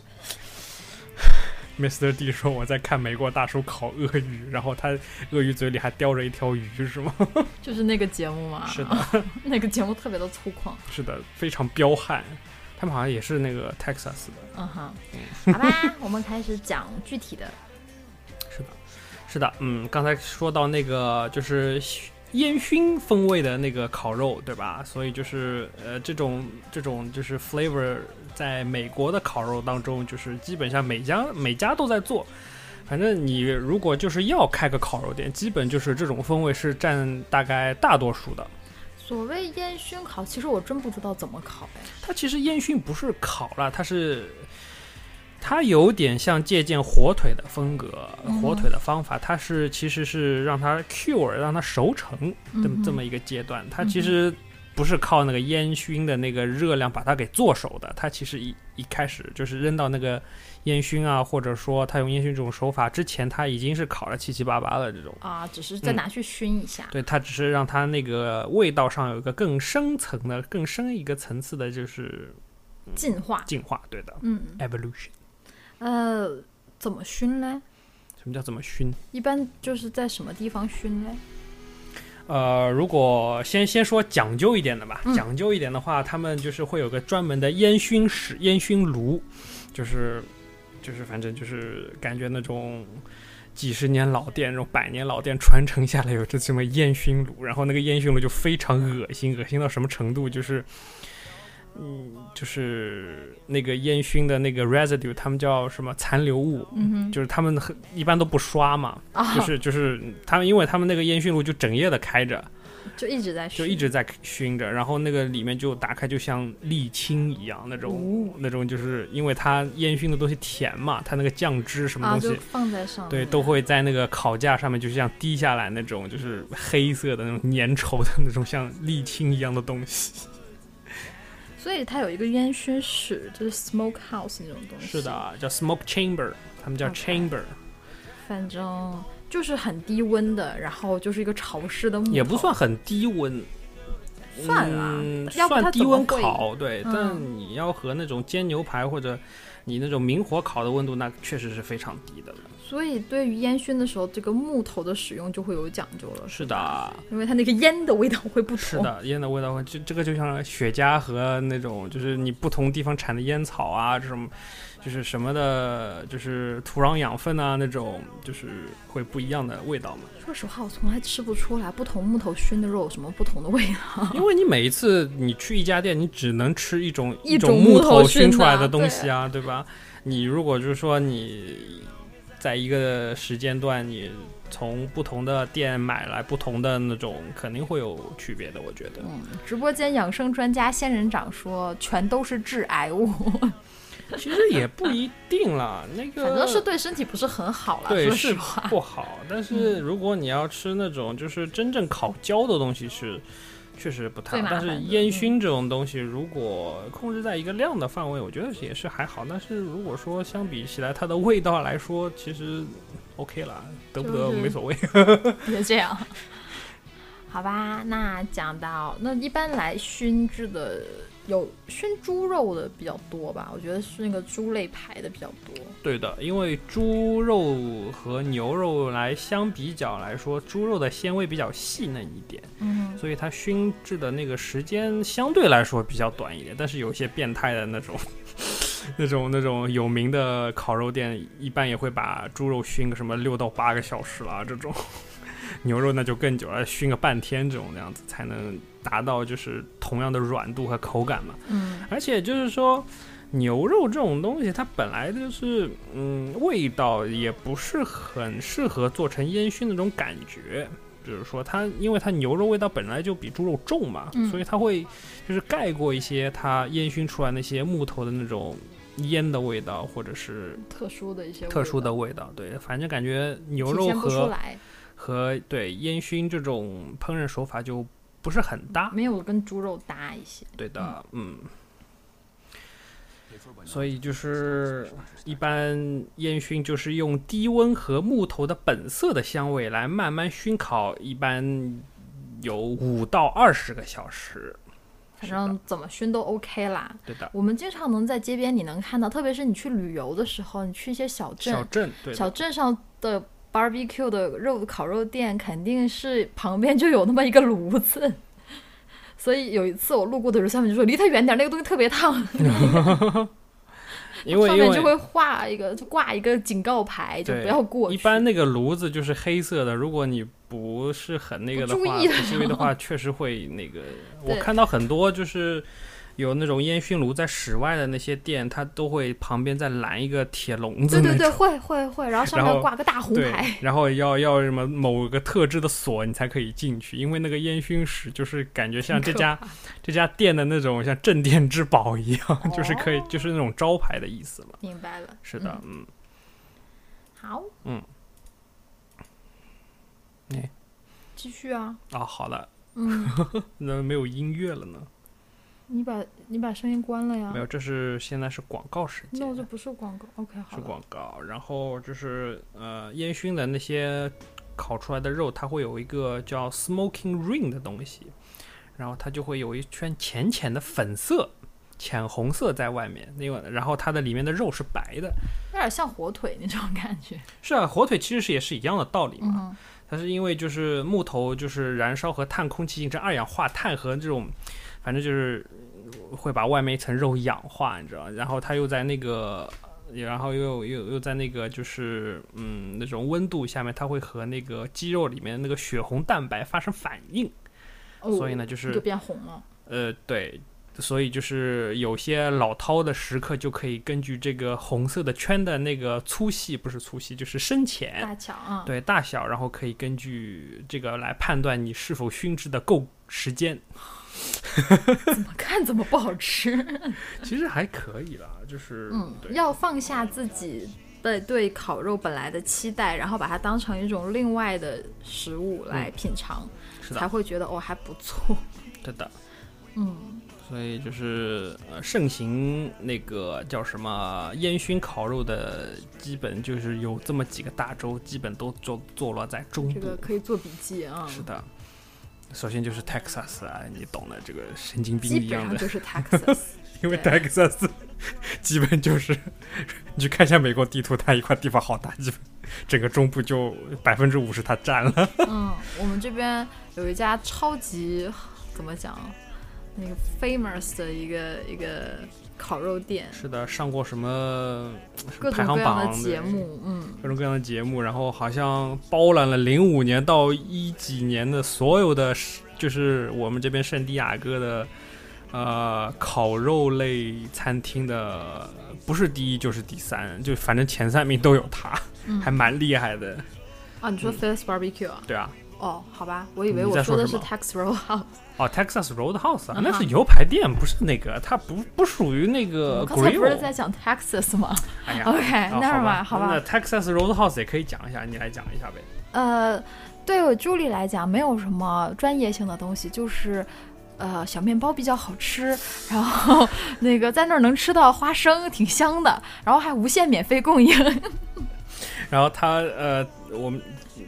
Speaker 2: Mr. D 说我在看美国大叔烤鳄鱼， *laughs* 然后他鳄鱼嘴里还叼着一条鱼，是吗？
Speaker 4: 就是那个节目嘛，
Speaker 2: *laughs* 是的，
Speaker 4: *laughs* 那个节目特别的粗犷，
Speaker 2: 是的，非常彪悍。他们好像也是那个 Texas 的。
Speaker 4: 嗯哼，好吧， *laughs* 我们开始讲具体的，
Speaker 2: 是的，是的，嗯，刚才说到那个就是烟熏风味的那个烤肉，对吧？所以就是呃，这种这种就是 flavor 在美国的烤肉当中，就是基本上每家每家都在做。反正你如果就是要开个烤肉店，基本就是这种风味是占大概大多数的。
Speaker 4: 所谓烟熏烤，其实我真不知道怎么烤哎，
Speaker 2: 它其实烟熏不是烤了，它是它有点像借鉴火腿的风格、火腿的方法，它是其实是让它 cure 让它熟成这么、
Speaker 4: 嗯哼
Speaker 2: 这么一个阶段。它
Speaker 4: 嗯哼
Speaker 2: 其实不是靠那个烟熏的那个热量把它给做熟的，它其实一一开始就是扔到那个烟熏啊，或者说它用烟熏这种手法之前，它已经是烤的七七八八了这种。
Speaker 4: 啊，只是再
Speaker 2: 嗯
Speaker 4: 拿去熏一下。
Speaker 2: 对，它只是让它那个味道上有一个更深层的、更深一个层次的，就是
Speaker 4: 进化。
Speaker 2: 进化，对的
Speaker 4: 嗯，
Speaker 2: ，evolution。
Speaker 4: 呃，怎么熏嘞？
Speaker 2: 什么叫怎么熏？
Speaker 4: 一般就是在什么地方熏嘞？
Speaker 2: 呃，如果先先说讲究一点的吧，
Speaker 4: 嗯
Speaker 2: 讲究一点的话，他们就是会有个专门的烟熏室、烟熏炉，就是就是反正就是感觉那种几十年老店、那种百年老店传承下来有这这么烟熏炉，然后那个烟熏炉就非常恶心，恶心到什么程度？就是嗯，就是那个烟熏的那个 residue，他们叫什么残留物，
Speaker 4: 嗯哼，
Speaker 2: 就是他们很一般都不刷嘛，
Speaker 4: *laughs*
Speaker 2: *laughs*
Speaker 4: 啊，
Speaker 2: 就是就是他们，因为他们那个烟熏炉就整夜的开着，
Speaker 4: 就一直在熏，
Speaker 2: 就一直在熏着，然后那个里面就打开就像沥青一样那种、
Speaker 4: 哦
Speaker 2: 那种，就是因为它烟熏的东西甜嘛，它那个酱汁什么
Speaker 4: 啊，
Speaker 2: 东西
Speaker 4: 就，放在上面，
Speaker 2: 对，都会在那个烤架上面就像滴下来那种，就是黑色的那种粘稠的那种像沥青一样的东西。
Speaker 4: 所以它有一个烟熏室，就是 smoke house 那种东西。
Speaker 2: 是，的，叫 smoke chamber，他们叫
Speaker 4: OK
Speaker 2: chamber，、
Speaker 4: 反正就是很低温的，然后就是一个潮湿的木头，
Speaker 2: 也不算很低温，
Speaker 4: 算啦
Speaker 2: 嗯、
Speaker 4: 要不它
Speaker 2: 算低
Speaker 4: 怎么
Speaker 2: 温
Speaker 4: 会
Speaker 2: 烤，对，
Speaker 4: 嗯
Speaker 2: 但你要和那种煎牛排或者你那种明火烤的温度，那确实是非常低的了。
Speaker 4: 所以对于烟熏的时候，这个木头的使用就会有讲究了，
Speaker 2: 是的，
Speaker 4: 因为它那个烟的味道会不同。
Speaker 2: 是，的，烟的味道会，这这个就像雪茄和那种就是你不同地方产的烟草啊，这种就是什么的，就是土壤养分啊那种，就是会不一样的味道嘛。
Speaker 4: 说实话，我从来吃不出来不同木头熏的肉有什么不同的味道。
Speaker 2: *laughs* 因为你每一次你去一家店，你只能吃一种
Speaker 4: 一种
Speaker 2: 种
Speaker 4: 木头
Speaker 2: 头
Speaker 4: 熏
Speaker 2: 熏出
Speaker 4: 的
Speaker 2: 来的东西啊，对吧？你如果就是说你在一个时间段，你从不同的店买来不同的那种，肯定会有区别的。我觉得，
Speaker 4: *laughs* 嗯，直播间养生专家仙人掌说，全都是致
Speaker 2: *laughs*
Speaker 4: 癌物，
Speaker 2: 其实也不一定啦，那个
Speaker 4: 反正是对身体不是很好了。
Speaker 2: 对
Speaker 4: 说实
Speaker 2: 是
Speaker 4: 话， *laughs* 嗯
Speaker 2: 不好。但是如果你要吃那种就是真正烤焦的东西是。确实不太
Speaker 4: 最
Speaker 2: 好，
Speaker 4: 麻
Speaker 2: 但
Speaker 4: 烦的嗯
Speaker 2: 是烟熏这种东西，如果控制在一个量的范围，我觉得也是还好。但是如果说相比起来，它的味道来说，其实 OK 啦，得不得
Speaker 4: 就是
Speaker 2: 没所谓。 *laughs*
Speaker 4: 别这样。好吧，那讲到那一般来熏制的有熏猪肉的比较多吧，我觉得是那个猪肋排的比较多。
Speaker 2: 对的，因为猪肉和牛肉来相比较来说，猪肉的鲜味比较细嫩一点，
Speaker 4: 嗯，
Speaker 2: 所以它熏制的那个时间相对来说比较短一点，但是有一些变态的那种。 *laughs* 那种那种有名的烤肉店，一般也会把猪肉熏个什么六到八个小时啦，这种 *laughs* 牛肉那就更久了，熏个半天这种那样子才能达到就是同样的软度和口感嘛。
Speaker 4: 嗯，
Speaker 2: 而且就是说，牛肉这种东西它本来就是嗯味道也不是很适合做成烟熏那种感觉，比如说它，因为它牛肉味道本来就比猪肉重嘛，
Speaker 4: 嗯
Speaker 2: 所以它会就是盖过一些它烟熏出来那些木头的那种烟的味道，或者是
Speaker 4: 特殊的一些
Speaker 2: 特殊的
Speaker 4: 味
Speaker 2: 味道。对，反正感觉
Speaker 4: 道
Speaker 2: 牛
Speaker 4: 体
Speaker 2: 肉
Speaker 4: 现不出
Speaker 2: 和
Speaker 4: 来，
Speaker 2: 和对烟熏这种烹饪手法就不是很搭。
Speaker 4: 没有跟猪肉搭一些。
Speaker 2: 对的，嗯。所以就是一般烟熏就是用低温和木头的本色的香味来慢慢熏烤，一般有五到二十个小时。
Speaker 4: 反正怎么熏都 OK 啦。
Speaker 2: 对的，
Speaker 4: 我们经常能在街边你能看到，特别是你去旅游的时候，你去一些小镇，
Speaker 2: 小镇对的
Speaker 4: 小镇上的 barbecue 的肉烤肉店，肯定是旁边就有那么一个炉子。 *laughs* 所以有一次我路过的时候，他们就说离它远点，那个东西特别烫，
Speaker 2: 因为
Speaker 4: 上
Speaker 2: 因
Speaker 4: 面就
Speaker 2: 为
Speaker 4: 会画一个就挂一个警告牌，就
Speaker 2: 对
Speaker 4: 不要过去。
Speaker 2: 一般那个炉子就是黑色的，如果你不是很那个的
Speaker 4: 不
Speaker 2: 话，
Speaker 4: 注意的
Speaker 2: 不注意的话，确实会那
Speaker 4: *laughs*
Speaker 2: 个。我
Speaker 4: 对
Speaker 2: 看到很多就是。有那种烟熏炉在室外的那些店，它都会旁边再拦一个铁笼子
Speaker 4: 对
Speaker 2: 那种，
Speaker 4: 对对，会会会，然后上
Speaker 2: 然
Speaker 4: 面
Speaker 2: 后
Speaker 4: 挂个大红
Speaker 2: 对，
Speaker 4: 牌，
Speaker 2: 然后要要什么某个特制的锁，你才可以进去，因为那个烟熏室就是感觉像这
Speaker 4: 挺可
Speaker 2: 家这家店的那种像镇店之宝一样，
Speaker 4: 哦
Speaker 2: 就是可以就是那种招牌的意思了。
Speaker 4: 明白了。
Speaker 2: 是的，嗯，
Speaker 4: 好，
Speaker 2: 嗯，哎
Speaker 4: 继续啊。 *laughs*
Speaker 2: 啊，好了，
Speaker 4: 嗯，
Speaker 2: 那没有音乐了呢？
Speaker 4: 你把你把声音关了呀
Speaker 2: 没有，这是现在是广告时间
Speaker 4: 那我，就不是广告。OK，好
Speaker 2: 是
Speaker 4: 了。
Speaker 2: 广告。然后就是呃，烟熏的那些烤出来的肉，它会有一个叫 smoking ring 的东西，然后它就会有一圈浅浅的粉色。浅红色在外面，那个，然后它的里面的肉是白的，
Speaker 4: 有点像火腿那种感觉。
Speaker 2: 是啊，火腿其实是也是一样的道理嘛。
Speaker 4: 嗯，
Speaker 2: 它是因为就是木头就是燃烧和碳空气形成二氧化碳和这种，反正就是会把外面一层肉氧化，你知道？然后它又在那个，然后又又又在那个就是嗯那种温度下面，它会和那个鸡肉里面那个血红蛋白发生反应，
Speaker 4: 哦
Speaker 2: 所以呢就是
Speaker 4: 就变红了。
Speaker 2: 呃，对，所以就是有些老饕的食客就可以根据这个红色的圈的那个粗细，不是粗细，就是深浅，
Speaker 4: 大巧啊，
Speaker 2: 哎对大小，然后可以根据这个来判断你是否熏制的够时间。
Speaker 4: 怎么看怎么不好吃。
Speaker 2: 其实还可以啦，就是
Speaker 4: 嗯，
Speaker 2: 对
Speaker 4: 要放下自己的对烤肉本来的期待，然后把它当成一种另外的食物来品尝，
Speaker 2: 嗯是
Speaker 4: 才
Speaker 2: 的，
Speaker 4: 会觉得哦还不错。
Speaker 2: 对的。
Speaker 4: 嗯，
Speaker 2: 所以就是呃，盛行那个叫什么烟熏烤肉的，基本就是有这么几个大洲，基本都坐坐落在中
Speaker 4: 这
Speaker 2: 部
Speaker 4: 个。可以做笔记啊。
Speaker 2: 是的，首先就是 Texas 啊，你懂的，这个神经病
Speaker 4: 基
Speaker 2: 一
Speaker 4: 本
Speaker 2: 样
Speaker 4: 上
Speaker 2: 的，
Speaker 4: 就是 Texas，
Speaker 2: 因为
Speaker 4: 对
Speaker 2: Texas *laughs* 基本就是，你去看一下美国地图，它一块地方好大，基本整个中部就百分之五十它占了。
Speaker 4: 嗯，我们这边有一家超级怎么讲，那个 famous 的一个一个烤肉店，
Speaker 2: 是的，上过什 *laughs* 么
Speaker 4: 各
Speaker 2: 排
Speaker 4: 种
Speaker 2: 行
Speaker 4: 各样
Speaker 2: 榜
Speaker 4: 的节，目，嗯，
Speaker 2: 各种各样的节目，然后好像包揽了零五年到一几年的所有的，就是我们这边圣地亚哥的。呃，烤肉类餐厅的不是第一就是第三，就反正前三名都有它，
Speaker 4: 嗯
Speaker 2: 还蛮厉害的，
Speaker 4: 啊，你说
Speaker 2: 嗯
Speaker 4: Phil's Barbecue 啊？
Speaker 2: 对啊。
Speaker 4: 哦，好吧，我以为
Speaker 2: 你
Speaker 4: 我
Speaker 2: 在说
Speaker 4: 的
Speaker 2: 什
Speaker 4: 是
Speaker 2: 么
Speaker 4: Tax Roadhouse，
Speaker 2: 哦，Texas Roadhouse 啊
Speaker 4: 嗯，
Speaker 2: 那
Speaker 4: 哈
Speaker 2: 是牛排店，不是那个，它不不属于那个
Speaker 4: 我刚才嗯不是
Speaker 2: grill。
Speaker 4: 在讲 Texas 吗？
Speaker 2: 哎呀
Speaker 4: OK，
Speaker 2: 啊
Speaker 4: 那是吧
Speaker 2: 吧，
Speaker 4: 好吧
Speaker 2: 那 Texas Roadhouse 也可以讲一下，你来讲一下呗。
Speaker 4: 呃，对我助理来讲，没有什么专业性的东西，就是。呃，小面包比较好吃，然后 *laughs* 那个在那儿能吃到花生，挺香的，然后还无限免费供应。
Speaker 2: 然后他呃，我们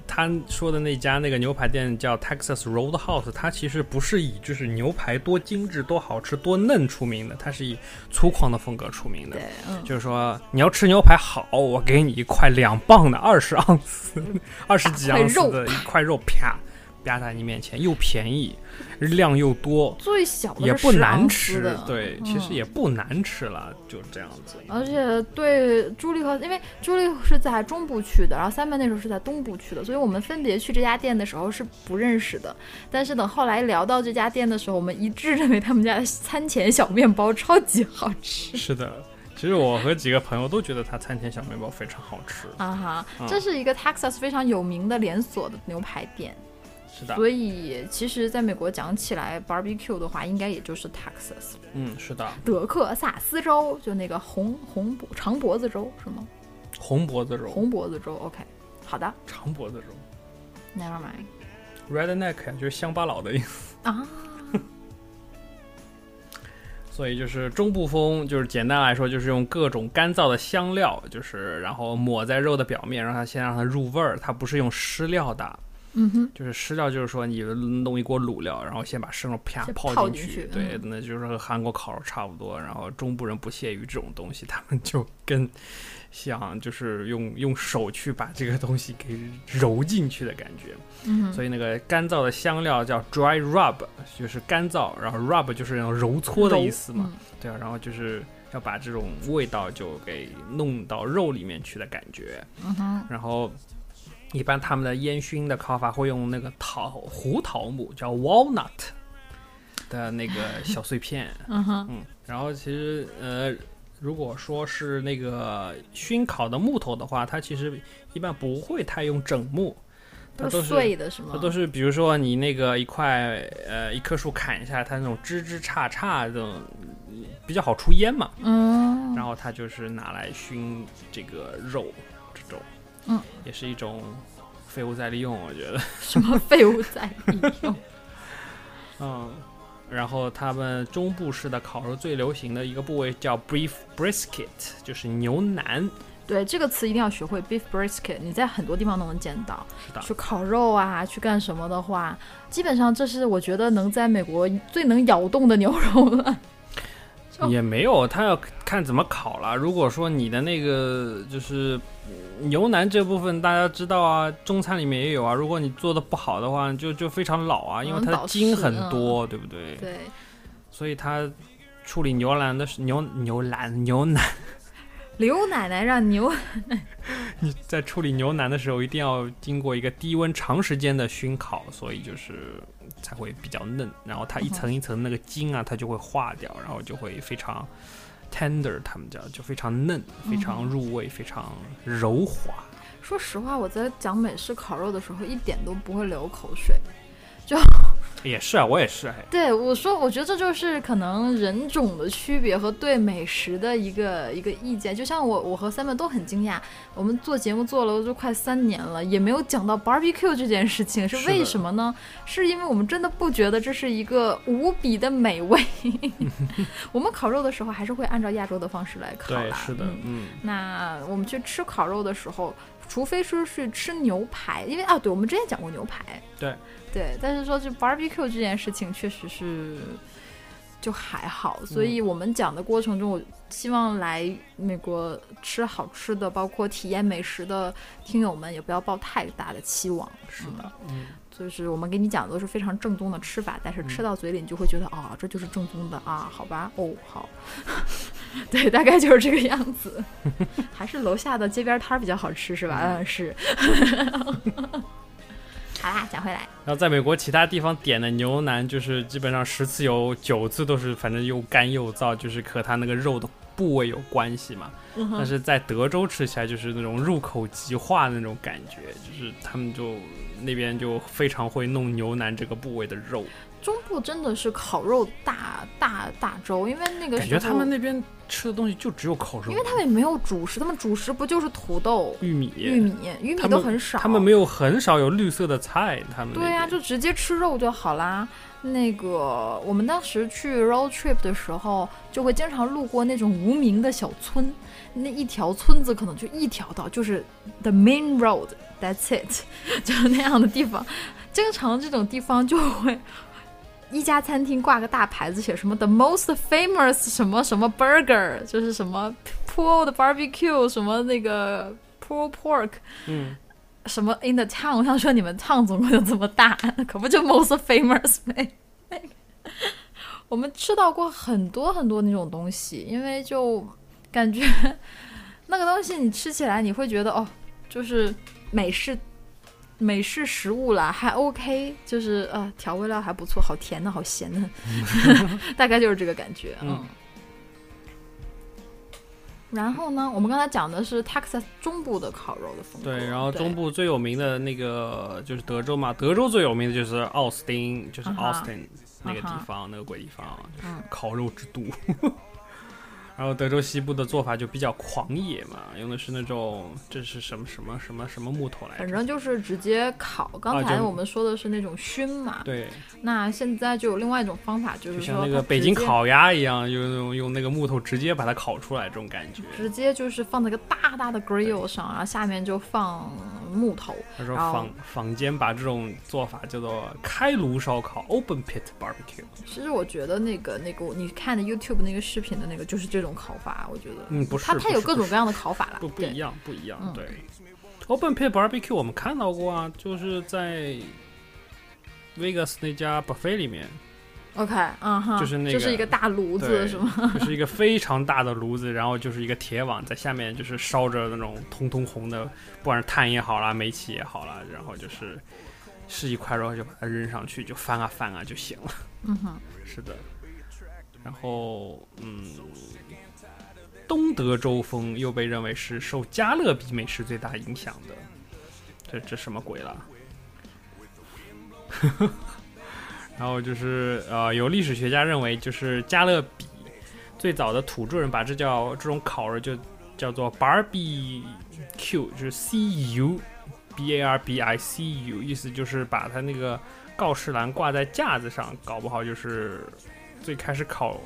Speaker 2: 他说的那家那个牛排店叫 Texas Roadhouse，它其实不是以就是牛排多精致、多好吃、多嫩出名的，它是以粗犷的风格出名的
Speaker 4: 对。，嗯，
Speaker 2: 就是说，你要吃牛排好，我给你一块两磅的二十盎司、二十几盎司的一块肉，啪啪在你面前，又便宜，量又多，
Speaker 4: 最小的
Speaker 2: 也
Speaker 4: 是
Speaker 2: 不
Speaker 4: 10
Speaker 2: 难
Speaker 4: 盎司
Speaker 2: 吃
Speaker 4: 的。，
Speaker 2: 对，
Speaker 4: 嗯哦
Speaker 2: 其实也不难吃了，就这样子。
Speaker 4: 而且对朱莉和，因为朱莉是在中部去的，然后三妹那时候是在东部去的，所以我们分别去这家店的时候是不认识的。但是等后来聊到这家店的时候，我们一致认为他们家的餐前小面包超级好吃
Speaker 2: 是的，其实我和几个朋友都觉得他餐前小面包非常好吃。
Speaker 4: 啊哈！
Speaker 2: 嗯
Speaker 4: 这是一个 Texas 非常有名的连锁的牛排店，
Speaker 2: 是的，
Speaker 4: 所以其实在美国讲起来 barbecue 的话，应该也就是 Texas
Speaker 2: 嗯，是的，
Speaker 4: 德克萨斯州，就那个红红脖长脖子州是吗？
Speaker 2: 红脖子肉，
Speaker 4: 红脖子州，OK，好的
Speaker 2: 长脖子肉
Speaker 4: ，Never mind。
Speaker 2: ，redneck 呀就是乡巴佬的意思。
Speaker 4: 啊，
Speaker 2: 所以就是中部风，就是简单来说，就是用各种干燥的香料，就是然后抹在肉的表面，让它先让它入味儿。它不是用湿料的，
Speaker 4: 嗯哼，
Speaker 2: 就是湿料就是说你弄一锅卤料，然后先把生肉啪
Speaker 4: 先泡
Speaker 2: 泡
Speaker 4: 进去嗯
Speaker 2: 对，那就是和韩国烤肉差不多。然后中部人不屑于这种东西，他们就更想就是用用手去把这个东西给揉进去的感觉。
Speaker 4: 嗯哼，
Speaker 2: 所以那个干燥的香料叫 dry rub，就是干燥，然后 rub 就是那种揉搓的意思嘛。
Speaker 4: 嗯
Speaker 2: 对啊，然后就是要把这种味道就给弄到肉里面去的感觉。
Speaker 4: 嗯哼，
Speaker 2: 然后一般他们的烟熏的烤法会用那个桃胡桃木叫 walnut 的那个小碎片，
Speaker 4: *laughs* 嗯哼，
Speaker 2: 嗯，然后其实呃，如果说是那个熏烤的木头的话，它其实一般不会太用整木，它
Speaker 4: 都
Speaker 2: 都
Speaker 4: 是
Speaker 2: 是
Speaker 4: 碎的是吗？
Speaker 2: 它都是比如说你那个一块呃一棵树砍下来，它那种枝枝杈杈这种嗯比较好出烟嘛，
Speaker 4: *laughs* 嗯，
Speaker 2: 然后它就是拿来熏这个肉，这种，
Speaker 4: 嗯，
Speaker 2: 也
Speaker 4: *laughs*
Speaker 2: 是一种废物再利用，我觉得。
Speaker 4: 什么废物在利用？
Speaker 2: 嗯，然后他们中部式的烤肉最流行的一个部位叫 beef brisket，就是牛腩。
Speaker 4: *laughs* 对这个词一定要学会 beef brisket，你在很多地方都能见到。
Speaker 2: 是的，
Speaker 4: 去烤肉啊，去干什么的话，基本上这是我觉得能在美国最能咬动的牛肉 *laughs* 了。就
Speaker 2: 也没有，他要看怎么烤了。如果说你的那个就是牛腩这部分，大家知道啊，中餐里面也有啊。如果你做的不好的话，就就非常老啊，因为它
Speaker 4: 嗯
Speaker 2: 的
Speaker 4: 导
Speaker 2: 筋
Speaker 4: 致
Speaker 2: 很
Speaker 4: 嗯
Speaker 2: 多，对不对？
Speaker 4: 对，
Speaker 2: 所以它处理牛腩的时牛牛腩牛腩，
Speaker 4: 刘奶奶让牛
Speaker 2: 你在处理牛腩的时候一定要经过一个低温长时间的熏烤，所以就是才会比较嫩。然后它一层一层那个筋啊，它就会化掉，然后就会非常 tender，他们叫就非常嫩，非常入味，非常柔滑。
Speaker 4: 说实话，我在讲美式烤肉的时候，一点都不会流口水。
Speaker 2: 也是啊，我也是哎。
Speaker 4: 对我说，我觉得这就是可能人种的区别和对美食的一个一个意见。就像我，我和三妹都很惊讶，我们做节目做了就快三年了，也没有讲到 barbecue 这件事情，是
Speaker 2: 是的
Speaker 4: 为什么呢？是因为我们真的不觉得这是一个无比的
Speaker 2: *laughs*
Speaker 4: 美味。我们烤肉的时候还是会按照亚洲的方式来烤啦。
Speaker 2: 对，是的
Speaker 4: 嗯，
Speaker 2: 嗯，
Speaker 4: 那我们去吃烤肉的时候，除非说是吃牛排，因为啊，对我们之前讲过牛排，
Speaker 2: 对
Speaker 4: 对，但是说就 barbecue 这件事情确实是就还好，所以
Speaker 2: 嗯
Speaker 4: 我们讲的过程中，我希望来美国吃好吃的，包括体验美食的听友们，也不要抱太大的期望，
Speaker 2: 是的，嗯，
Speaker 4: 就是我们给你讲的都是非常正宗的吃法，但是吃到嘴里你就会觉得啊、这就是正宗的啊，好吧，哦，好， *laughs* 对，大概就是这个样子。 *laughs* 还是楼下的街边摊儿比较好吃，是吧？嗯，是。 *laughs* 好啦，讲回来，
Speaker 2: 然后在美国其他地方点的牛腩，就是基本上十次有九次都是反正又干又燥，就是和它那个肉的部位有关系嘛。
Speaker 4: 嗯
Speaker 2: 但是在德州吃起来就是那种入口即化的那种感觉，就是他们就那边就非常会弄牛腩这个部位的肉，
Speaker 4: 中部真的是烤肉大大大州，因为那个
Speaker 2: 感觉
Speaker 4: 时
Speaker 2: 他
Speaker 4: 候
Speaker 2: 们，那边吃的东西就只有烤肉，
Speaker 4: 因为他们也没有主食，他们主食不就是土豆、
Speaker 2: 玉米
Speaker 4: 玉米、玉米
Speaker 2: 他们
Speaker 4: 都很少，
Speaker 2: 他们没有很少有绿色的菜，他们那
Speaker 4: 对呀、
Speaker 2: 边
Speaker 4: 就直接吃肉就好啦。那个，我们当时去 road trip 的时候，就会经常路过那种无名的小村，那一条村子可能就一条道，就是 the main road，that's it，就是 *laughs* 那样的地方。经常这种地方就会一家餐厅挂个大牌子，写什么 the most famous 什么什么 burger，就是什么 pulled barbecue，什么那个 pulled pork，
Speaker 2: 嗯。
Speaker 4: 什么 in the town，我想说你们 town 总共有这么大， *laughs* 可不就 most famous 呗？我们吃到过很多很多那种东西，因为就感觉 *laughs* 那个东西你吃起来你会觉得哦，就是美式美式食物啦，还 OK，就是呃调味料还不错，好甜的好咸的，大概就是这个感觉，嗯。
Speaker 2: 嗯
Speaker 4: 然后呢，我们刚才讲的是 Texas 中部的烤肉的风格，
Speaker 2: 对，然后
Speaker 4: 对
Speaker 2: 中部最有名的那个就是德州嘛，德州最有名的就是奥斯汀，就是
Speaker 4: 嗯哼
Speaker 2: Austin 那个地
Speaker 4: 啊
Speaker 2: 方，那个鬼地方，啊就是
Speaker 4: 嗯
Speaker 2: 烤肉之都。 *laughs* 然后德州西部的做法就比较狂野嘛，用的是那种这是什么什么什么什么木头来着？
Speaker 4: 反正就是直接烤。刚才
Speaker 2: 啊就
Speaker 4: 我们说的是那种熏嘛，
Speaker 2: 对，
Speaker 4: 那现在就有另外一种方法，就是
Speaker 2: 就
Speaker 4: 说
Speaker 2: 像那个
Speaker 4: 它
Speaker 2: 北京
Speaker 4: 直接，
Speaker 2: 烤鸭一样，用那种用那个木头直接把它烤出来，这种感觉。
Speaker 4: 直接就是放在一个大大的 grill 上，然后下面就放木头。
Speaker 2: 他说
Speaker 4: 然后
Speaker 2: 坊坊间把这种做法叫做开炉烧烤 （Open Pit Barbecue）。
Speaker 4: 其实我觉得那个那个你看的 YouTube 那个视频的那个就是这种烤法，我觉得，
Speaker 2: 嗯，不是，
Speaker 4: 它它
Speaker 2: 不
Speaker 4: 有
Speaker 2: 是
Speaker 4: 各
Speaker 2: 不
Speaker 4: 种
Speaker 2: 是
Speaker 4: 各样的烤法啦，
Speaker 2: 不不
Speaker 4: 对
Speaker 2: 一样，不一样。
Speaker 4: 嗯
Speaker 2: 对，Open Pit Barbecue 我们看到过啊，就是在 Vegas 那家 buffet 里
Speaker 4: *laughs*
Speaker 2: 面，
Speaker 4: OK，嗯哈，
Speaker 2: 就是那个
Speaker 4: 一个大炉子
Speaker 2: 对
Speaker 4: 是吗？ *laughs*
Speaker 2: 就是一个非常大的炉子，然后就是一个铁网在下面，就是烧着那种通通红的，不管是炭也好啦，煤气也好啦，然后就是是一块肉就把它扔上去，就翻啊翻啊就行了。
Speaker 4: 嗯哼，
Speaker 2: 是的，然后嗯，东德州风又被认为是受加勒比美食最大影响的，这这什么鬼啦？ *laughs* 然后就是呃，有历史学家认为，就是加勒比最早的土著人把这叫这种烤肉就叫做 barbecue，就是 c u B A R B I C U，意思就是把他那个告示栏挂在架子上，搞不好就是最开始考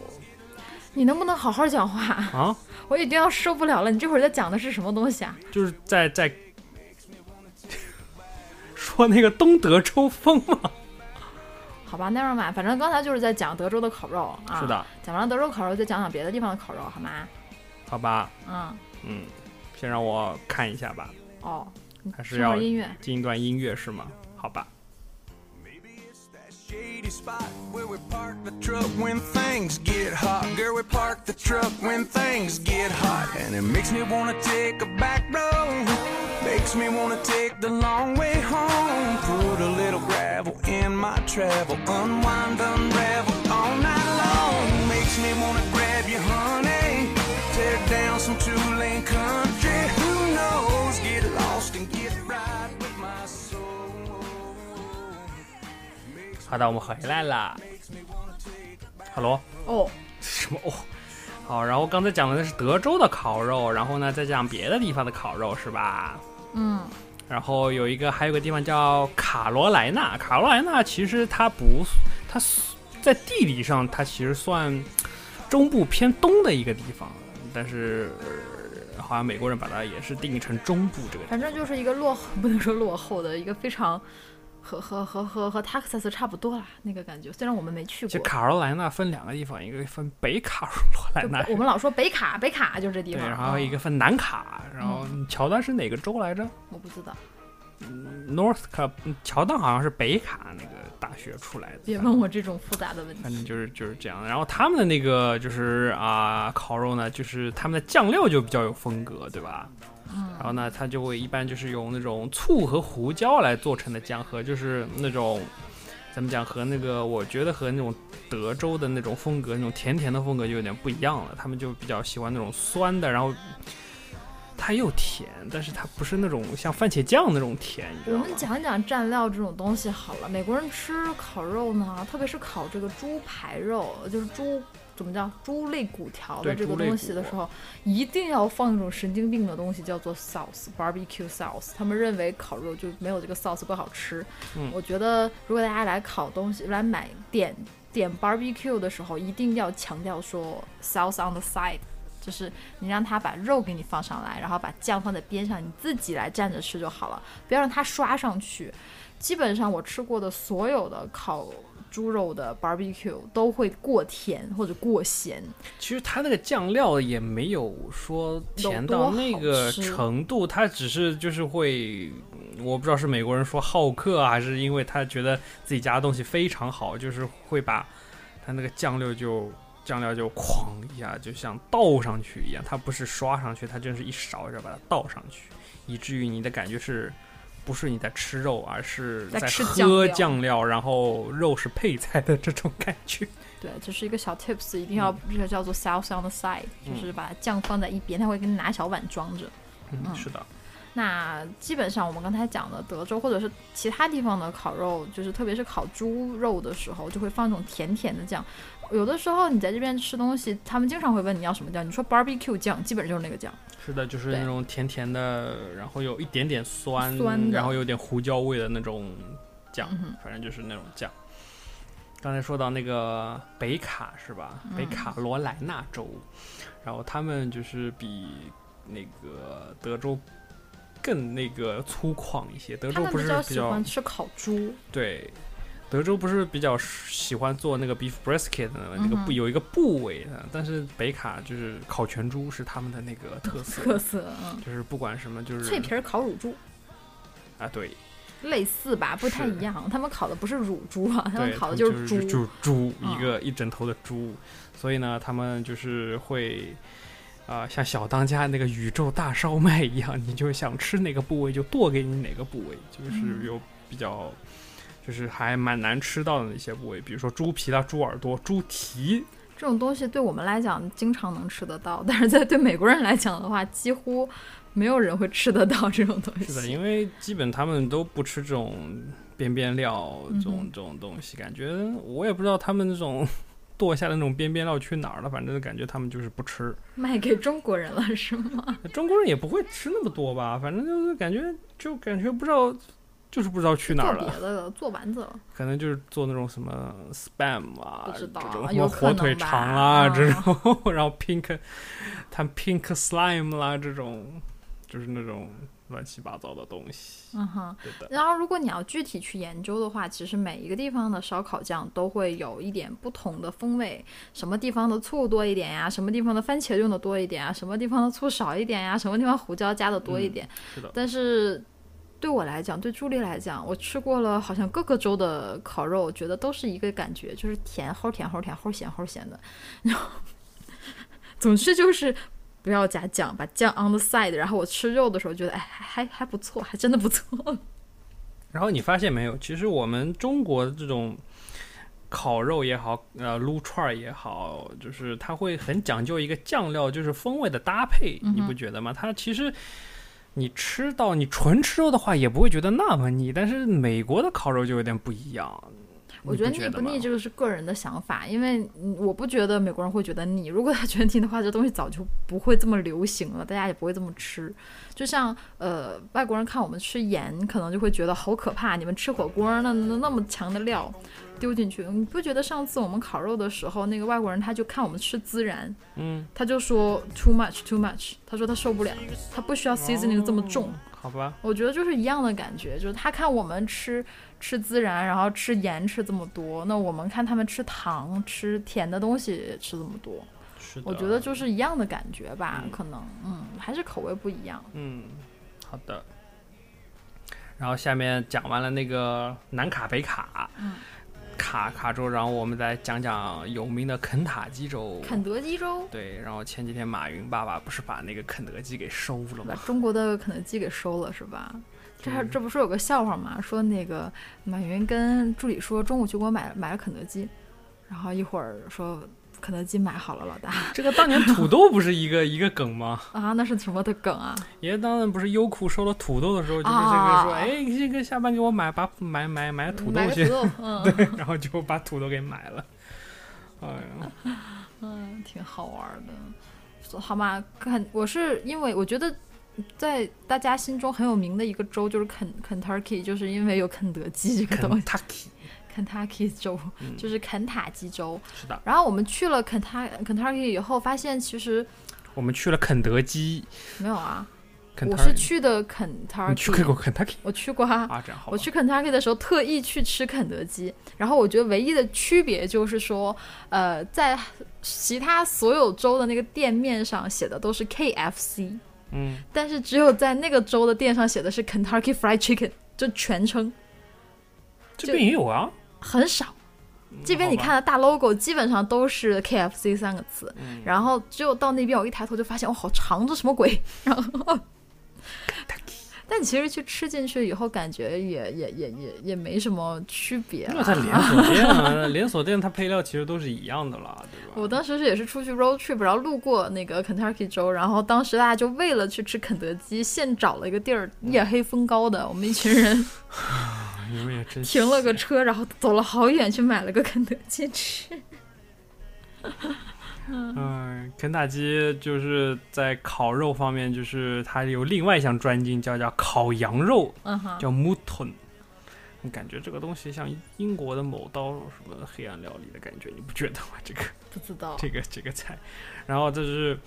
Speaker 4: 你能不能好好讲话？ *laughs*
Speaker 2: 啊，
Speaker 4: 我已经要受不了了，你这会儿在讲的是什么东西啊？
Speaker 2: 就是在在说那个东德抽风嘛。
Speaker 4: 好吧，那样吧，反正刚才就是在讲德州的烤肉啊。
Speaker 2: 是，的，
Speaker 4: 讲完了德州烤肉，再讲讲别的地方的烤肉，好吗？
Speaker 2: *laughs* 好吧，
Speaker 4: 嗯，
Speaker 2: 嗯，先让我看一下吧，
Speaker 4: 哦，
Speaker 2: 还是
Speaker 4: 听会
Speaker 2: 要
Speaker 4: 儿音乐。
Speaker 2: 进一段音乐是吗？好吧，
Speaker 5: Maybe it's that shady spot where we park the truck when things get hot. Girl, we park the truck when things get hot. And it makes me wanna take a back road. Makes me wanna take the long way home. Put a little gravel in my travel. Unwind, unravel all night long. Makes me wanna grab your honey. Tear down some two-lane country. Who knows? Get lost and get right with my soul.
Speaker 2: 好的，我们回来啦。Hello，
Speaker 4: 哦，
Speaker 2: 什么哦？好，然后刚才讲的是德州的烤肉，然后呢再讲别的地方的烤肉是吧？
Speaker 4: 嗯，
Speaker 2: 然后有一个还有个地方叫卡罗来纳，卡罗来纳其实它不，它在地理上它其实算中部偏东的一个地方，但是、呃好像美国人把它也是定义成中部这个地方。
Speaker 4: 反正就是一个落后， *laughs* 不能说落后的一个非常和和和和和 Texas 差不多啦，那个感觉。虽然我们没去
Speaker 2: 其实
Speaker 4: 过，
Speaker 2: 卡罗来纳分两个地方，一个分北卡罗来
Speaker 4: 就
Speaker 2: 纳，
Speaker 4: 我们老说北卡，北卡就是这地
Speaker 2: 对，
Speaker 4: 方。啊
Speaker 2: 然后还有一个分南卡，然后乔丹是哪个州来着
Speaker 4: 嗯我不知道，
Speaker 2: ？North 卡，乔丹好像是北卡那个大学出来的。
Speaker 4: 别问我这种复杂的问
Speaker 2: 反
Speaker 4: 题。
Speaker 2: 正就是就是这样。然后他们的那个就是啊、烤肉呢，就是他们的酱料就比较有风格，对吧？然后呢，它就会一般就是用那种醋和胡椒来做成的酱和，就是那种怎么讲和那个我觉得和那种德州的那种风格，那种甜甜的风格就有点不一样了。他们就比较喜欢那种酸的，然后它又甜，但是它不是那种像番茄酱那种甜，你知
Speaker 4: 我
Speaker 2: 道
Speaker 4: 们
Speaker 2: 吗？
Speaker 4: 讲一讲蘸料这种东西好了。美国人吃烤肉呢，特别是烤这个猪排肉，就是猪怎么叫猪肋骨条的
Speaker 2: 对
Speaker 4: 这个
Speaker 2: 猪肋
Speaker 4: 东西的时候，一定要放一种神经病的东西，叫做 sauce barbecue sauce。他们认为烤肉就没有这个 sauce 不好吃。
Speaker 2: 嗯
Speaker 4: 我觉得如果大家来烤东西，来买点点 barbecue 的时候，一定要强调说 sauce on the side。就是你让他把肉给你放上来，然后把酱放在边上，你自己来蘸着吃就好了，不要让它刷上去。基本上我吃过的所有的烤猪肉的 barbecue 都会过甜或者过咸，
Speaker 2: 其实它那个酱料也没有说甜到嗯那个程度，它只是 *laughs* 就是会，嗯我不知道是美国人说好客啊，还是因为他觉得自己家的东西非常好，就是会把它那个酱料就酱料就哐一下，就像倒上去一样，它不是刷上去，它就是一勺一勺把它倒上去，以至于你的感觉是。不是你在吃肉，而是
Speaker 4: 在吃
Speaker 2: 喝
Speaker 4: 酱料
Speaker 2: 酱料，然后肉是配菜的这种感觉。
Speaker 4: 对，这是一个小 tips，一定要这个叫做 sauce on the side，、就是把酱放在一边，他会给你拿小碗装着。
Speaker 2: 嗯，是的。
Speaker 4: 那基本上我们刚才讲的德州或者是其他地方的烤肉，就是特别是烤猪肉的时候，就会放那种甜甜的酱。有的时候你在这边吃东西，他们经常会问你要什么酱，你说 barbecue 酱，基本就是那个酱。
Speaker 2: 是的，就是
Speaker 4: 对
Speaker 2: 那种甜甜的，然后有一点点酸，
Speaker 4: 酸的
Speaker 2: 然后有点胡椒味的那种酱，
Speaker 4: 嗯哼
Speaker 2: 反正就是那种酱。刚才说到那个北卡是吧？
Speaker 4: 嗯
Speaker 2: 北卡罗来纳州，然后他们就是比那个德州更那个粗犷一些。德
Speaker 4: 他
Speaker 2: 州
Speaker 4: 们
Speaker 2: 不是
Speaker 4: 比较喜欢吃烤猪， *laughs*
Speaker 2: 对，德州不是比较喜欢做那个 beef brisket 的那个
Speaker 4: 嗯
Speaker 2: 部、
Speaker 4: 哼
Speaker 2: 有一个部位的，但是北卡就是烤全猪是他们的那个特色。
Speaker 4: 特色，嗯，
Speaker 2: 就是不管什么，就是
Speaker 4: 脆皮儿烤乳猪。
Speaker 2: 啊，对，
Speaker 4: 类似吧，不太
Speaker 2: 是
Speaker 4: 一样。他们烤的不是乳猪啊，他
Speaker 2: 对，
Speaker 4: 们烤的
Speaker 2: 就
Speaker 4: 就是
Speaker 2: 是
Speaker 4: 猪。
Speaker 2: 是猪，
Speaker 4: 嗯
Speaker 2: 一个一整头的猪，所以呢，他们就是会。啊、像小当家那个宇宙大烧麦一样，你就想吃哪个部位就剁给你哪个部位，就
Speaker 4: 嗯
Speaker 2: 是有比较，就是还蛮难吃到的那些部位，比如说猪皮啦、猪耳朵、猪蹄，
Speaker 4: 这种东西对我们来讲经常能吃得到，但是在对美国人来讲的话，几乎没有人会吃得到这种东
Speaker 2: *laughs*
Speaker 4: 西。
Speaker 2: 是的，因为基本他们都不吃这种边边料这种、
Speaker 4: 嗯哼
Speaker 2: 这种东西，感觉我也不知道他们这种剁下的那种边边料去哪儿了，反正感觉他们就是不
Speaker 4: *laughs*
Speaker 2: 吃。
Speaker 4: 卖给中国人了是吗？
Speaker 2: 中国人也不会吃那么多吧，反正就是感觉就感觉不知道，就是不知道去哪
Speaker 4: 做
Speaker 2: 儿
Speaker 4: 别
Speaker 2: 了，
Speaker 4: 的了，做丸子了，
Speaker 2: 可能就是做那种什么 spam 啊，
Speaker 4: 不知道啊
Speaker 2: 这种什
Speaker 4: 有
Speaker 2: 么
Speaker 4: 可能
Speaker 2: 火腿
Speaker 4: 吧
Speaker 2: 肠啦、
Speaker 4: 嗯
Speaker 2: 这种， *laughs* 然后 pink，他 pink slime 啦这种，就是那种乱七八糟的东西。
Speaker 4: 嗯哼。
Speaker 2: 对的，
Speaker 4: 然后，如果你要具体去研究的话，其实每一个地方的烧烤酱都会有一点不同的风味，什么地方的醋多一点呀，什么地方的番茄用的多一点啊，什么地方的醋少一点呀，什么地方胡椒加的多一点。
Speaker 2: 嗯是的
Speaker 4: 但是对我来讲，对朱莉来讲，我吃过了好像各个州的烤肉，我觉得都是一个感觉，就是甜齁甜齁甜齁咸齁咸的。然后，嗯总之就是。不要加酱，把酱 on the side。然后我吃肉的时候觉得，哎，还还还不错，还真的不错。
Speaker 2: 然后你发现没有，其实我们中国的这种烤肉也好，呃，撸串儿也好，就是它会很讲究一个酱料，就是风味的搭配，
Speaker 4: 嗯哼
Speaker 2: 你不觉得吗？它其实你吃到你纯吃肉的话，也不会觉得那么腻，但是美国的烤肉就有点不一样。
Speaker 4: 我
Speaker 2: 你
Speaker 4: 觉得
Speaker 2: 觉
Speaker 4: 腻不
Speaker 2: 吗
Speaker 4: 腻这个是个人的想法，因为嗯我不觉得美国人会觉得腻。如果他觉得腻的话，这东西早就不会这么流行了，大家也不会这么吃。就像呃，外国人看我们吃盐，可能就会觉得好可怕。你们吃火锅那那那么强的料丢进去，你不觉得上次我们烤肉的时候，那个外国人他就看我们吃孜然，
Speaker 2: 嗯，
Speaker 4: 他就说 too much too much，他说他受不了，他不需要 seasoning 这么重。
Speaker 2: 哦好吧。
Speaker 4: 我觉得就是一样的感觉，就是他看我们吃吃孜然，然后吃盐吃这么多，那我们看他们吃糖、吃甜的东西吃这么多，
Speaker 2: 是的，
Speaker 4: 我觉得就是一样的感觉吧，
Speaker 2: 嗯
Speaker 4: 可能嗯，还是口味不一样。
Speaker 2: 嗯，好的。然后下面讲完了那个南卡北卡，
Speaker 4: 嗯
Speaker 2: 卡卡州，然后我们再讲讲有名的肯塔基州。
Speaker 4: 肯德基州
Speaker 2: 对，然后前几天马云爸爸不是把那个肯德基给收了
Speaker 4: 把 *laughs*
Speaker 2: 吗？
Speaker 4: 中国的肯德基给收了是吧？这还
Speaker 2: 嗯
Speaker 4: 这不是有个笑话吗？说那个马云跟助理说中午去给我买买了肯德基，然后一会儿说肯德基买好了，老大
Speaker 2: 这个当年土豆不是一个 *laughs* 一个梗吗？
Speaker 4: 啊，那是什么的梗啊？
Speaker 2: 爷当年不是优酷收了土豆的时候，就是这个说，
Speaker 4: 啊
Speaker 2: 哎，这个下班给我买把买买买土豆
Speaker 4: 买个
Speaker 2: 去
Speaker 4: 土，豆，
Speaker 2: *laughs*
Speaker 4: 嗯。
Speaker 2: 然后就把土豆给买了。哎呀，
Speaker 4: *laughs* 嗯，挺好玩儿的。所好吗？肯，我是因为我觉得在大家心中很有名的一个州就是肯 Kentucky，就是因为有肯德基这个东
Speaker 2: 肯嗯
Speaker 4: 西。
Speaker 2: 塔基
Speaker 4: Kentucky 州、就是肯塔基州。
Speaker 2: 是的，
Speaker 4: 然后我们去了肯塔 Kentucky 以后，发现其实
Speaker 2: 我们去了肯德基，
Speaker 4: 没有啊，
Speaker 2: 肯
Speaker 4: 我
Speaker 2: 塔
Speaker 4: 是
Speaker 2: 基，
Speaker 4: 去的
Speaker 2: 你去
Speaker 4: Kentucky，
Speaker 2: 过肯塔基
Speaker 4: 我去过啊。
Speaker 2: 啊？这样好吧
Speaker 4: 我去肯塔基的时候特意去吃肯德基，然后我觉得唯一的区别就是说，呃，在其他所有州的那个店面上写的都是 KFC，
Speaker 2: 嗯，
Speaker 4: 但是只有在那个州的店上写的是 Kentucky Fried Chicken，就全称
Speaker 2: 这边也有啊。
Speaker 4: 很少。这边
Speaker 2: 好
Speaker 4: 你
Speaker 2: 吧
Speaker 4: 看的大 logo 基本上都是 KFC 三个字，
Speaker 2: 嗯
Speaker 4: 然后只有到那边我一抬头就发现，哇、哦好长，这什么鬼？然后。但其实去吃进去以后，感觉也也也也也没什么区别、啊。
Speaker 2: 那它连锁店啊，连锁店它配料其实都是一样的啦，对吧？
Speaker 4: *laughs* 我当时是也是出去 road trip，然后路过那个 Kentucky 州，然后当时大家就为了去吃肯德基，现找了一个地儿，
Speaker 2: 嗯
Speaker 4: 夜黑风高的，我们一群
Speaker 2: *laughs*
Speaker 4: 人
Speaker 2: 你们也真
Speaker 4: 停了个车，然后走了好远去买了个肯德基
Speaker 2: *laughs*
Speaker 4: 吃。
Speaker 2: 嗯，肯塔基就是在烤肉方面，就是它有另外一项专精，叫叫烤羊肉，
Speaker 4: 嗯哼，
Speaker 2: 叫 mutton。你感觉这个东西像英国的某道什么黑暗料理的感觉，你不觉得吗？这个
Speaker 4: 不知道
Speaker 2: *laughs* 这个这个菜，然后这是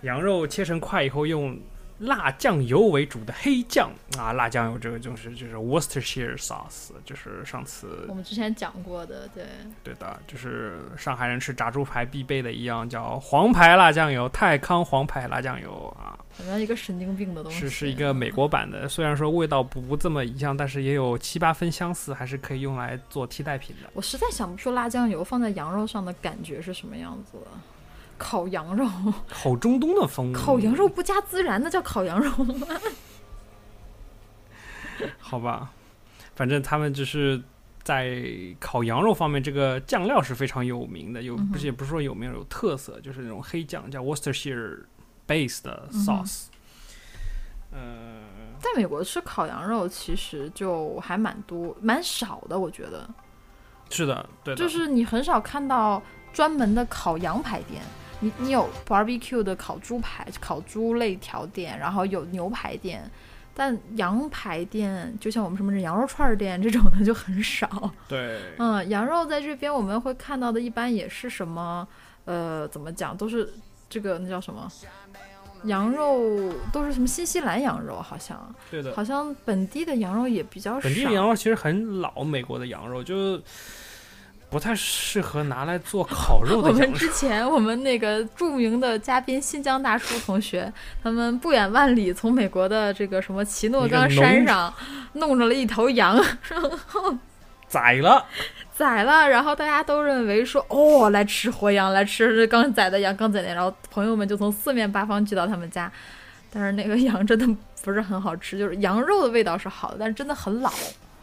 Speaker 2: 羊肉切成块以后用辣酱油为主的黑酱啊，辣酱油这个就是就是 Worcestershire sauce，就是上次
Speaker 4: 我们之前讲过的，对，
Speaker 2: 对的，就是上海人吃炸猪排必备的一样，叫黄牌辣酱油，泰康黄牌辣酱油啊，
Speaker 4: 反正一个神经病的东西，啊
Speaker 2: 是是一个美国版的，虽然说味道不不这么一样，但是也有七八分相似，还是可以用来做替代品的。
Speaker 4: 我实在想不出辣酱油放在羊肉上的感觉是什么样子了。烤羊肉，
Speaker 2: 好中东的风，
Speaker 4: 烤羊肉不加孜然，那叫烤羊肉吗？
Speaker 2: 好吧，反正他们就是在烤羊肉方面，这个酱料是非常有名的，有
Speaker 4: 嗯哼
Speaker 2: 不是也不是说有名，有特色，就是那种黑酱，叫 Worcestershire base 的
Speaker 4: 嗯哼
Speaker 2: sauce。嗯、
Speaker 4: 在美国吃烤羊肉其实就还蛮多、蛮少的，我觉得。
Speaker 2: 是的，对的，
Speaker 4: 就是你很少看到专门的烤羊排店，你你有 barbecue 的烤猪排、烤猪肋条店，然后有牛排店，但羊排店就像我们什么这羊肉串儿店这种的就很少。
Speaker 2: 对，
Speaker 4: *laughs* 嗯，羊肉在这边我们会看到的，一般也是什么，呃，怎么讲，都是这个那叫什么，羊肉都是什么新西兰羊肉，好像
Speaker 2: 对的。
Speaker 4: 好像啊本地的羊肉也比较少。
Speaker 2: 本地的羊肉其实很老，美国的羊肉就不太适合拿来做烤肉
Speaker 4: *laughs* 我
Speaker 2: 的羊
Speaker 4: 们
Speaker 2: 肉。
Speaker 4: 之前我们那个著名的嘉宾新疆大叔同学，他们不远万里从美国的这个什么奇诺
Speaker 2: 一个
Speaker 4: 冈
Speaker 2: 农
Speaker 4: 山上弄着了一头羊， *laughs*
Speaker 2: 宰了，
Speaker 4: 宰了，然后大家都认为说，哦，来吃活羊，来吃这刚宰的羊，刚宰的羊，然后朋友们就从四面八方聚到他们家，但是那个羊真的不是很好吃，就是羊肉的味道是好的，但是真的很老，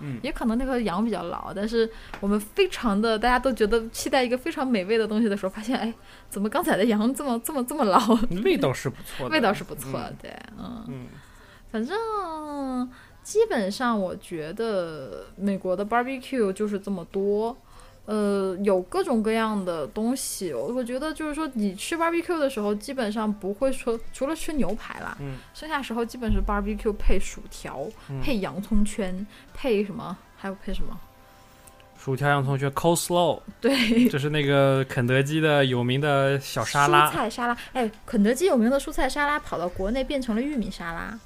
Speaker 2: 嗯
Speaker 4: 也可能那个羊比较老，但是我们非常的大家都觉得期待一个非常美味的东西的时候，发现，哎，怎么刚宰的羊这么这么
Speaker 2: *laughs*
Speaker 4: 这么老，
Speaker 2: 味道是不错的，
Speaker 4: 味道是不错，
Speaker 2: 嗯
Speaker 4: 对，嗯。
Speaker 2: 嗯，
Speaker 4: 反正基本上，我觉得美国的 barbecue 就是这么多。呃，有各种各样的东西，我我觉得就是说，你吃 barbecue 的时候，基本上不会说除了吃牛排啦，
Speaker 2: 嗯
Speaker 4: 剩下时候基本是 barbecue 配薯条、
Speaker 2: 嗯
Speaker 4: 配洋葱圈、配什么，还有配什么？
Speaker 2: 薯条洋葱圈 coleslaw，
Speaker 4: *laughs* 对，
Speaker 2: 这是那个肯德基的有名的小沙
Speaker 4: 蔬
Speaker 2: 拉
Speaker 4: 菜沙拉。哎，肯德基有名的蔬菜沙拉跑到国内变成了玉米沙拉，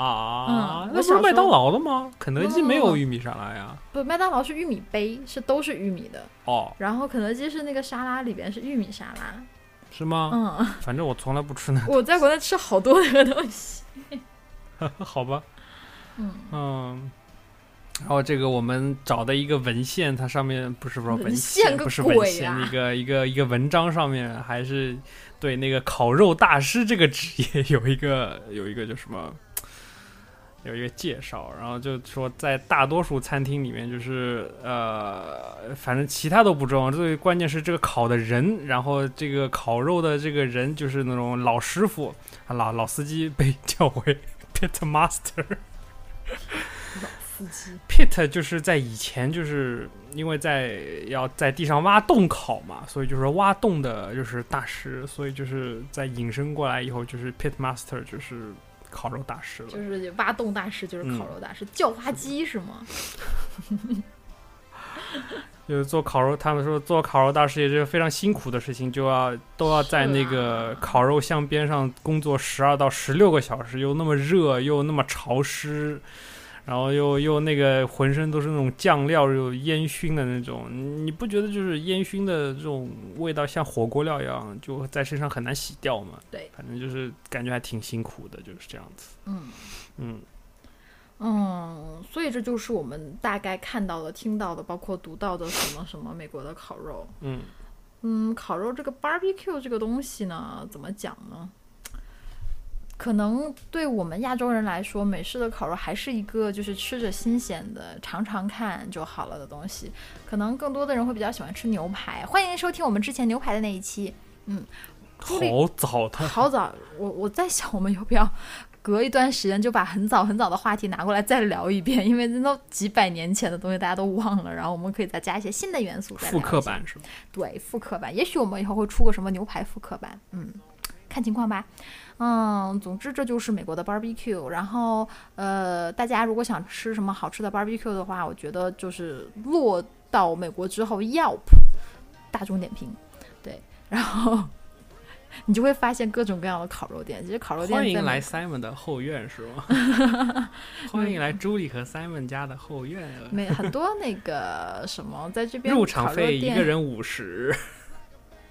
Speaker 2: 啊
Speaker 4: 嗯，
Speaker 2: 那
Speaker 4: 我
Speaker 2: 不是
Speaker 4: 小
Speaker 2: 麦
Speaker 4: 时候嗯
Speaker 2: 当劳的吗？肯德基没
Speaker 4: 不
Speaker 2: 有
Speaker 4: 不不
Speaker 2: 玉米沙拉呀。
Speaker 4: 不，麦当劳是玉米杯，是都是玉米的。
Speaker 2: 哦，
Speaker 4: 然后肯德基是那个沙拉里边是玉米沙拉，
Speaker 2: 是吗？
Speaker 4: 嗯，
Speaker 2: 反正我从来不吃那，
Speaker 4: 我在国内吃好多那个东西，
Speaker 2: *laughs* 好吧。
Speaker 4: 嗯
Speaker 2: 嗯，然后这个我们找的一个文献，它上面不是不是
Speaker 4: 文
Speaker 2: 献，
Speaker 4: 献个
Speaker 2: 不是文
Speaker 4: 鬼啊
Speaker 2: 献，
Speaker 4: 呀
Speaker 2: 一个一个一个文章上面还是对那个烤肉大师这个职业有一个 *laughs* 有一个就什么。有一个介绍，然后就说在大多数餐厅里面，就是呃，反正其他都不重要，最关键是这个烤的人，然后这个烤肉的这个人就是那种老师傅、啊老老司机被叫为 pit master，
Speaker 4: 司机，
Speaker 2: *laughs* pit 就是在以前就是因为在要在地上挖洞烤嘛，所以就是挖洞的就是大师，所以就是在引申过来以后就是 pit master 就是烤肉大师了。
Speaker 4: 就是挖洞大师，就是烤肉大师，叫花鸡是吗？
Speaker 2: 就是做烤肉，他们说做烤肉大师也是非常辛苦的事情，就要都要在那个
Speaker 4: 是啊
Speaker 2: 烤肉巷边上工作十二到十六个小时，又那么热，又那么潮湿，然后又又那个浑身都是那种酱料，又烟熏的那种，你不觉得就是烟熏的这种味道像火锅料一样，就在身上很难洗掉吗？
Speaker 4: 对
Speaker 2: 反正就是感觉还挺辛苦的，就是这样子。
Speaker 4: 嗯
Speaker 2: 嗯，
Speaker 4: 嗯，所以这就是我们大概看到的、听到的，包括读到的什么什么美国的烤肉。
Speaker 2: 嗯，
Speaker 4: 嗯，烤肉这个 barbecue 这个东西呢，怎么讲呢？可能对我们亚洲人来说，美式的烤肉还是一个就是吃着新鲜的、尝尝看就好了的东西。可能更多的人会比较喜欢吃牛排。欢迎收听我们之前牛排的那一期。
Speaker 2: *laughs*
Speaker 4: 朱莉
Speaker 2: 好早的，
Speaker 4: 好早，我我在想，我们要不要隔一段时间就把很早很早的话题拿过来再聊一遍？因为那都几百年前的东西，大家都忘了。然后我们可以再加一些新的元素，再
Speaker 2: 复
Speaker 4: 聊
Speaker 2: 刻
Speaker 4: 一下
Speaker 2: 版是吧？
Speaker 4: 对，复刻版，也许我们以后会出个什么牛排复刻版，嗯，看情况吧。嗯，总之这就是美国的 barbecue。然后，呃，大家如果想吃什么好吃的 barbecue 的话，我觉得就是落到美国之后，Yelp 大众点评，对，然后你就会发现各种各样的烤肉店。其实烤肉店
Speaker 2: 欢
Speaker 4: 在
Speaker 2: 迎
Speaker 4: 美
Speaker 2: 来 Simon 的后院是
Speaker 4: *laughs*
Speaker 2: 吗？欢迎来朱莉和 Simon 家的后院。
Speaker 4: 美很多嗯那个什么，在这边
Speaker 2: 入场
Speaker 4: 烤肉
Speaker 2: 费一
Speaker 4: 店
Speaker 2: 个人五十，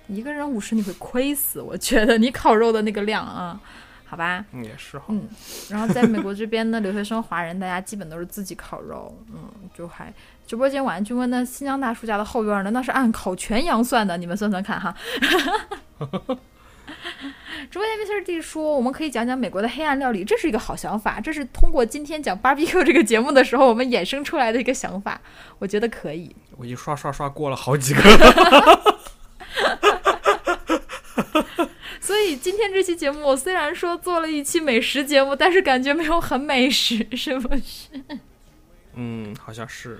Speaker 4: 一个人五十，你会亏死，我觉得你烤肉的那个量啊，好吧。
Speaker 2: 嗯，也是哈。
Speaker 4: 嗯，然后在美国这边的留学生华人，大家基本都是自己烤肉， *laughs* 嗯，就还直播间晚安君问那新疆大叔家的后院呢，那是按烤全羊算的，你们算算看哈。 *laughs* 直播间 Mr D 说，我们可以讲讲美国的黑暗料理，这是一个好想法，这是通过今天讲 barbecue 这个节目的时候，我们衍生出来的一个想法，我觉得可以。 *laughs*
Speaker 2: 我已经刷刷刷过了好几个。 *laughs*
Speaker 4: 所以今天这期节目，我虽然 *laughs* 说做了一期美食节目，但是感觉没有很美食，是不是？
Speaker 2: 嗯，好像是，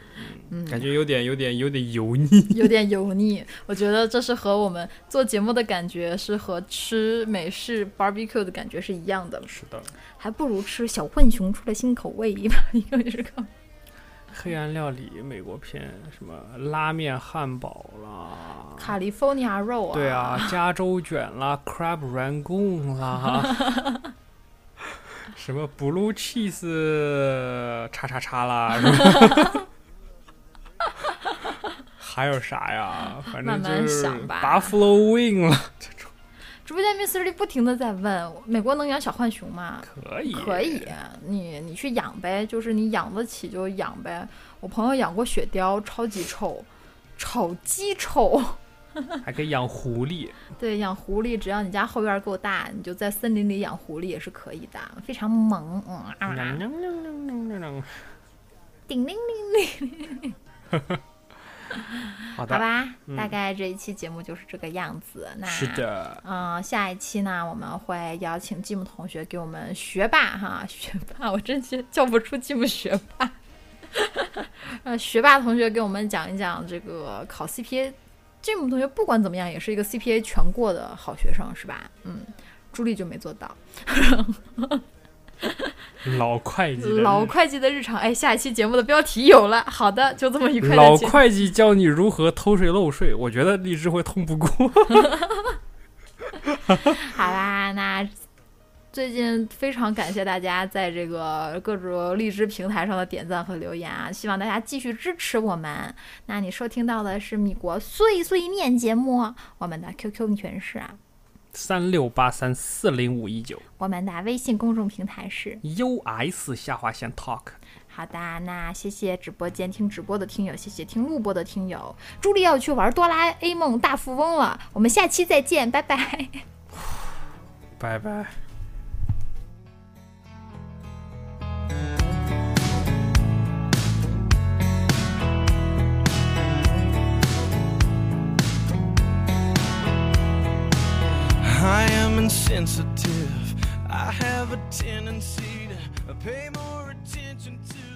Speaker 7: 嗯，
Speaker 2: 感觉有点有点有点油腻。
Speaker 4: 有点油腻。我觉得这是和我们做节目的感觉是和吃美式 barbecue 的感觉是一样的，
Speaker 2: 是的，
Speaker 7: 还不如吃小浣熊出了新口味一
Speaker 4: *laughs*
Speaker 7: 般一个是个
Speaker 2: 黑暗料理美国片，什么拉面、汉堡啦，
Speaker 4: California roll 啊。
Speaker 2: 对啊，加州卷啦，crab rangoon 啦， *laughs* 什么 blue cheese 叉叉叉啦，什么 *laughs* 还有啥呀？反正
Speaker 4: 慢慢
Speaker 2: 就是
Speaker 4: 想吧
Speaker 2: buffalo wing 啦，这种
Speaker 4: 直播间 Miss Lee 不停的在问，美国能养小浣熊吗？
Speaker 2: 可以
Speaker 4: 可以，你你去养呗，就是你养得起就养呗。我朋友养过雪貂，超级臭，超级臭。
Speaker 2: 还可以养狐狸，
Speaker 4: 对，养狐狸，只要你家后院够大，你就在森林里养狐狸也是可以的，非常萌。嗯啊，
Speaker 2: 喵喵喵喵喵喵喵
Speaker 4: 叮铃铃，
Speaker 2: 好
Speaker 4: 好
Speaker 2: 的，嗯
Speaker 4: 吧，大概这一期节目就是这个样子。那
Speaker 2: 是的，
Speaker 4: 嗯，下一期呢，我们会邀请吉姆同学给我们学霸哈， *laughs* 学霸，我真是叫不出吉姆学霸。 *laughs* 呃，学霸同学给我们讲一讲这个考 CPA。吉姆同学不管怎么样也是一个 CPA 全过的好学生，是吧？嗯，朱莉就没做到。
Speaker 2: 老会计的
Speaker 4: 老
Speaker 2: 日
Speaker 4: 会计的日常，哎，下一期节目的标题有了。好的，就这么愉快
Speaker 2: 老
Speaker 4: 的结。
Speaker 2: 会计教你如何偷税漏税，我觉得荔枝会通不过。
Speaker 4: 好啦，那最近非常感谢大家在这个各种荔枝平台上的点赞和留言啊，希望大家继续支持我们。那你收听到的是米国碎碎念节目，我们的 QQ 女权是啊，
Speaker 2: 三六八三四零五一九
Speaker 4: 我们的微信公众平台是。
Speaker 2: U S 下划线 Talk，
Speaker 4: 好的，那谢谢直播间听直播的听友，谢谢听录播的听友。朱莉要去玩哆啦 A 梦大富翁了，我们下期再见，拜拜。
Speaker 2: 拜拜。
Speaker 8: I am insensitive. I have a tendency to pay more attention to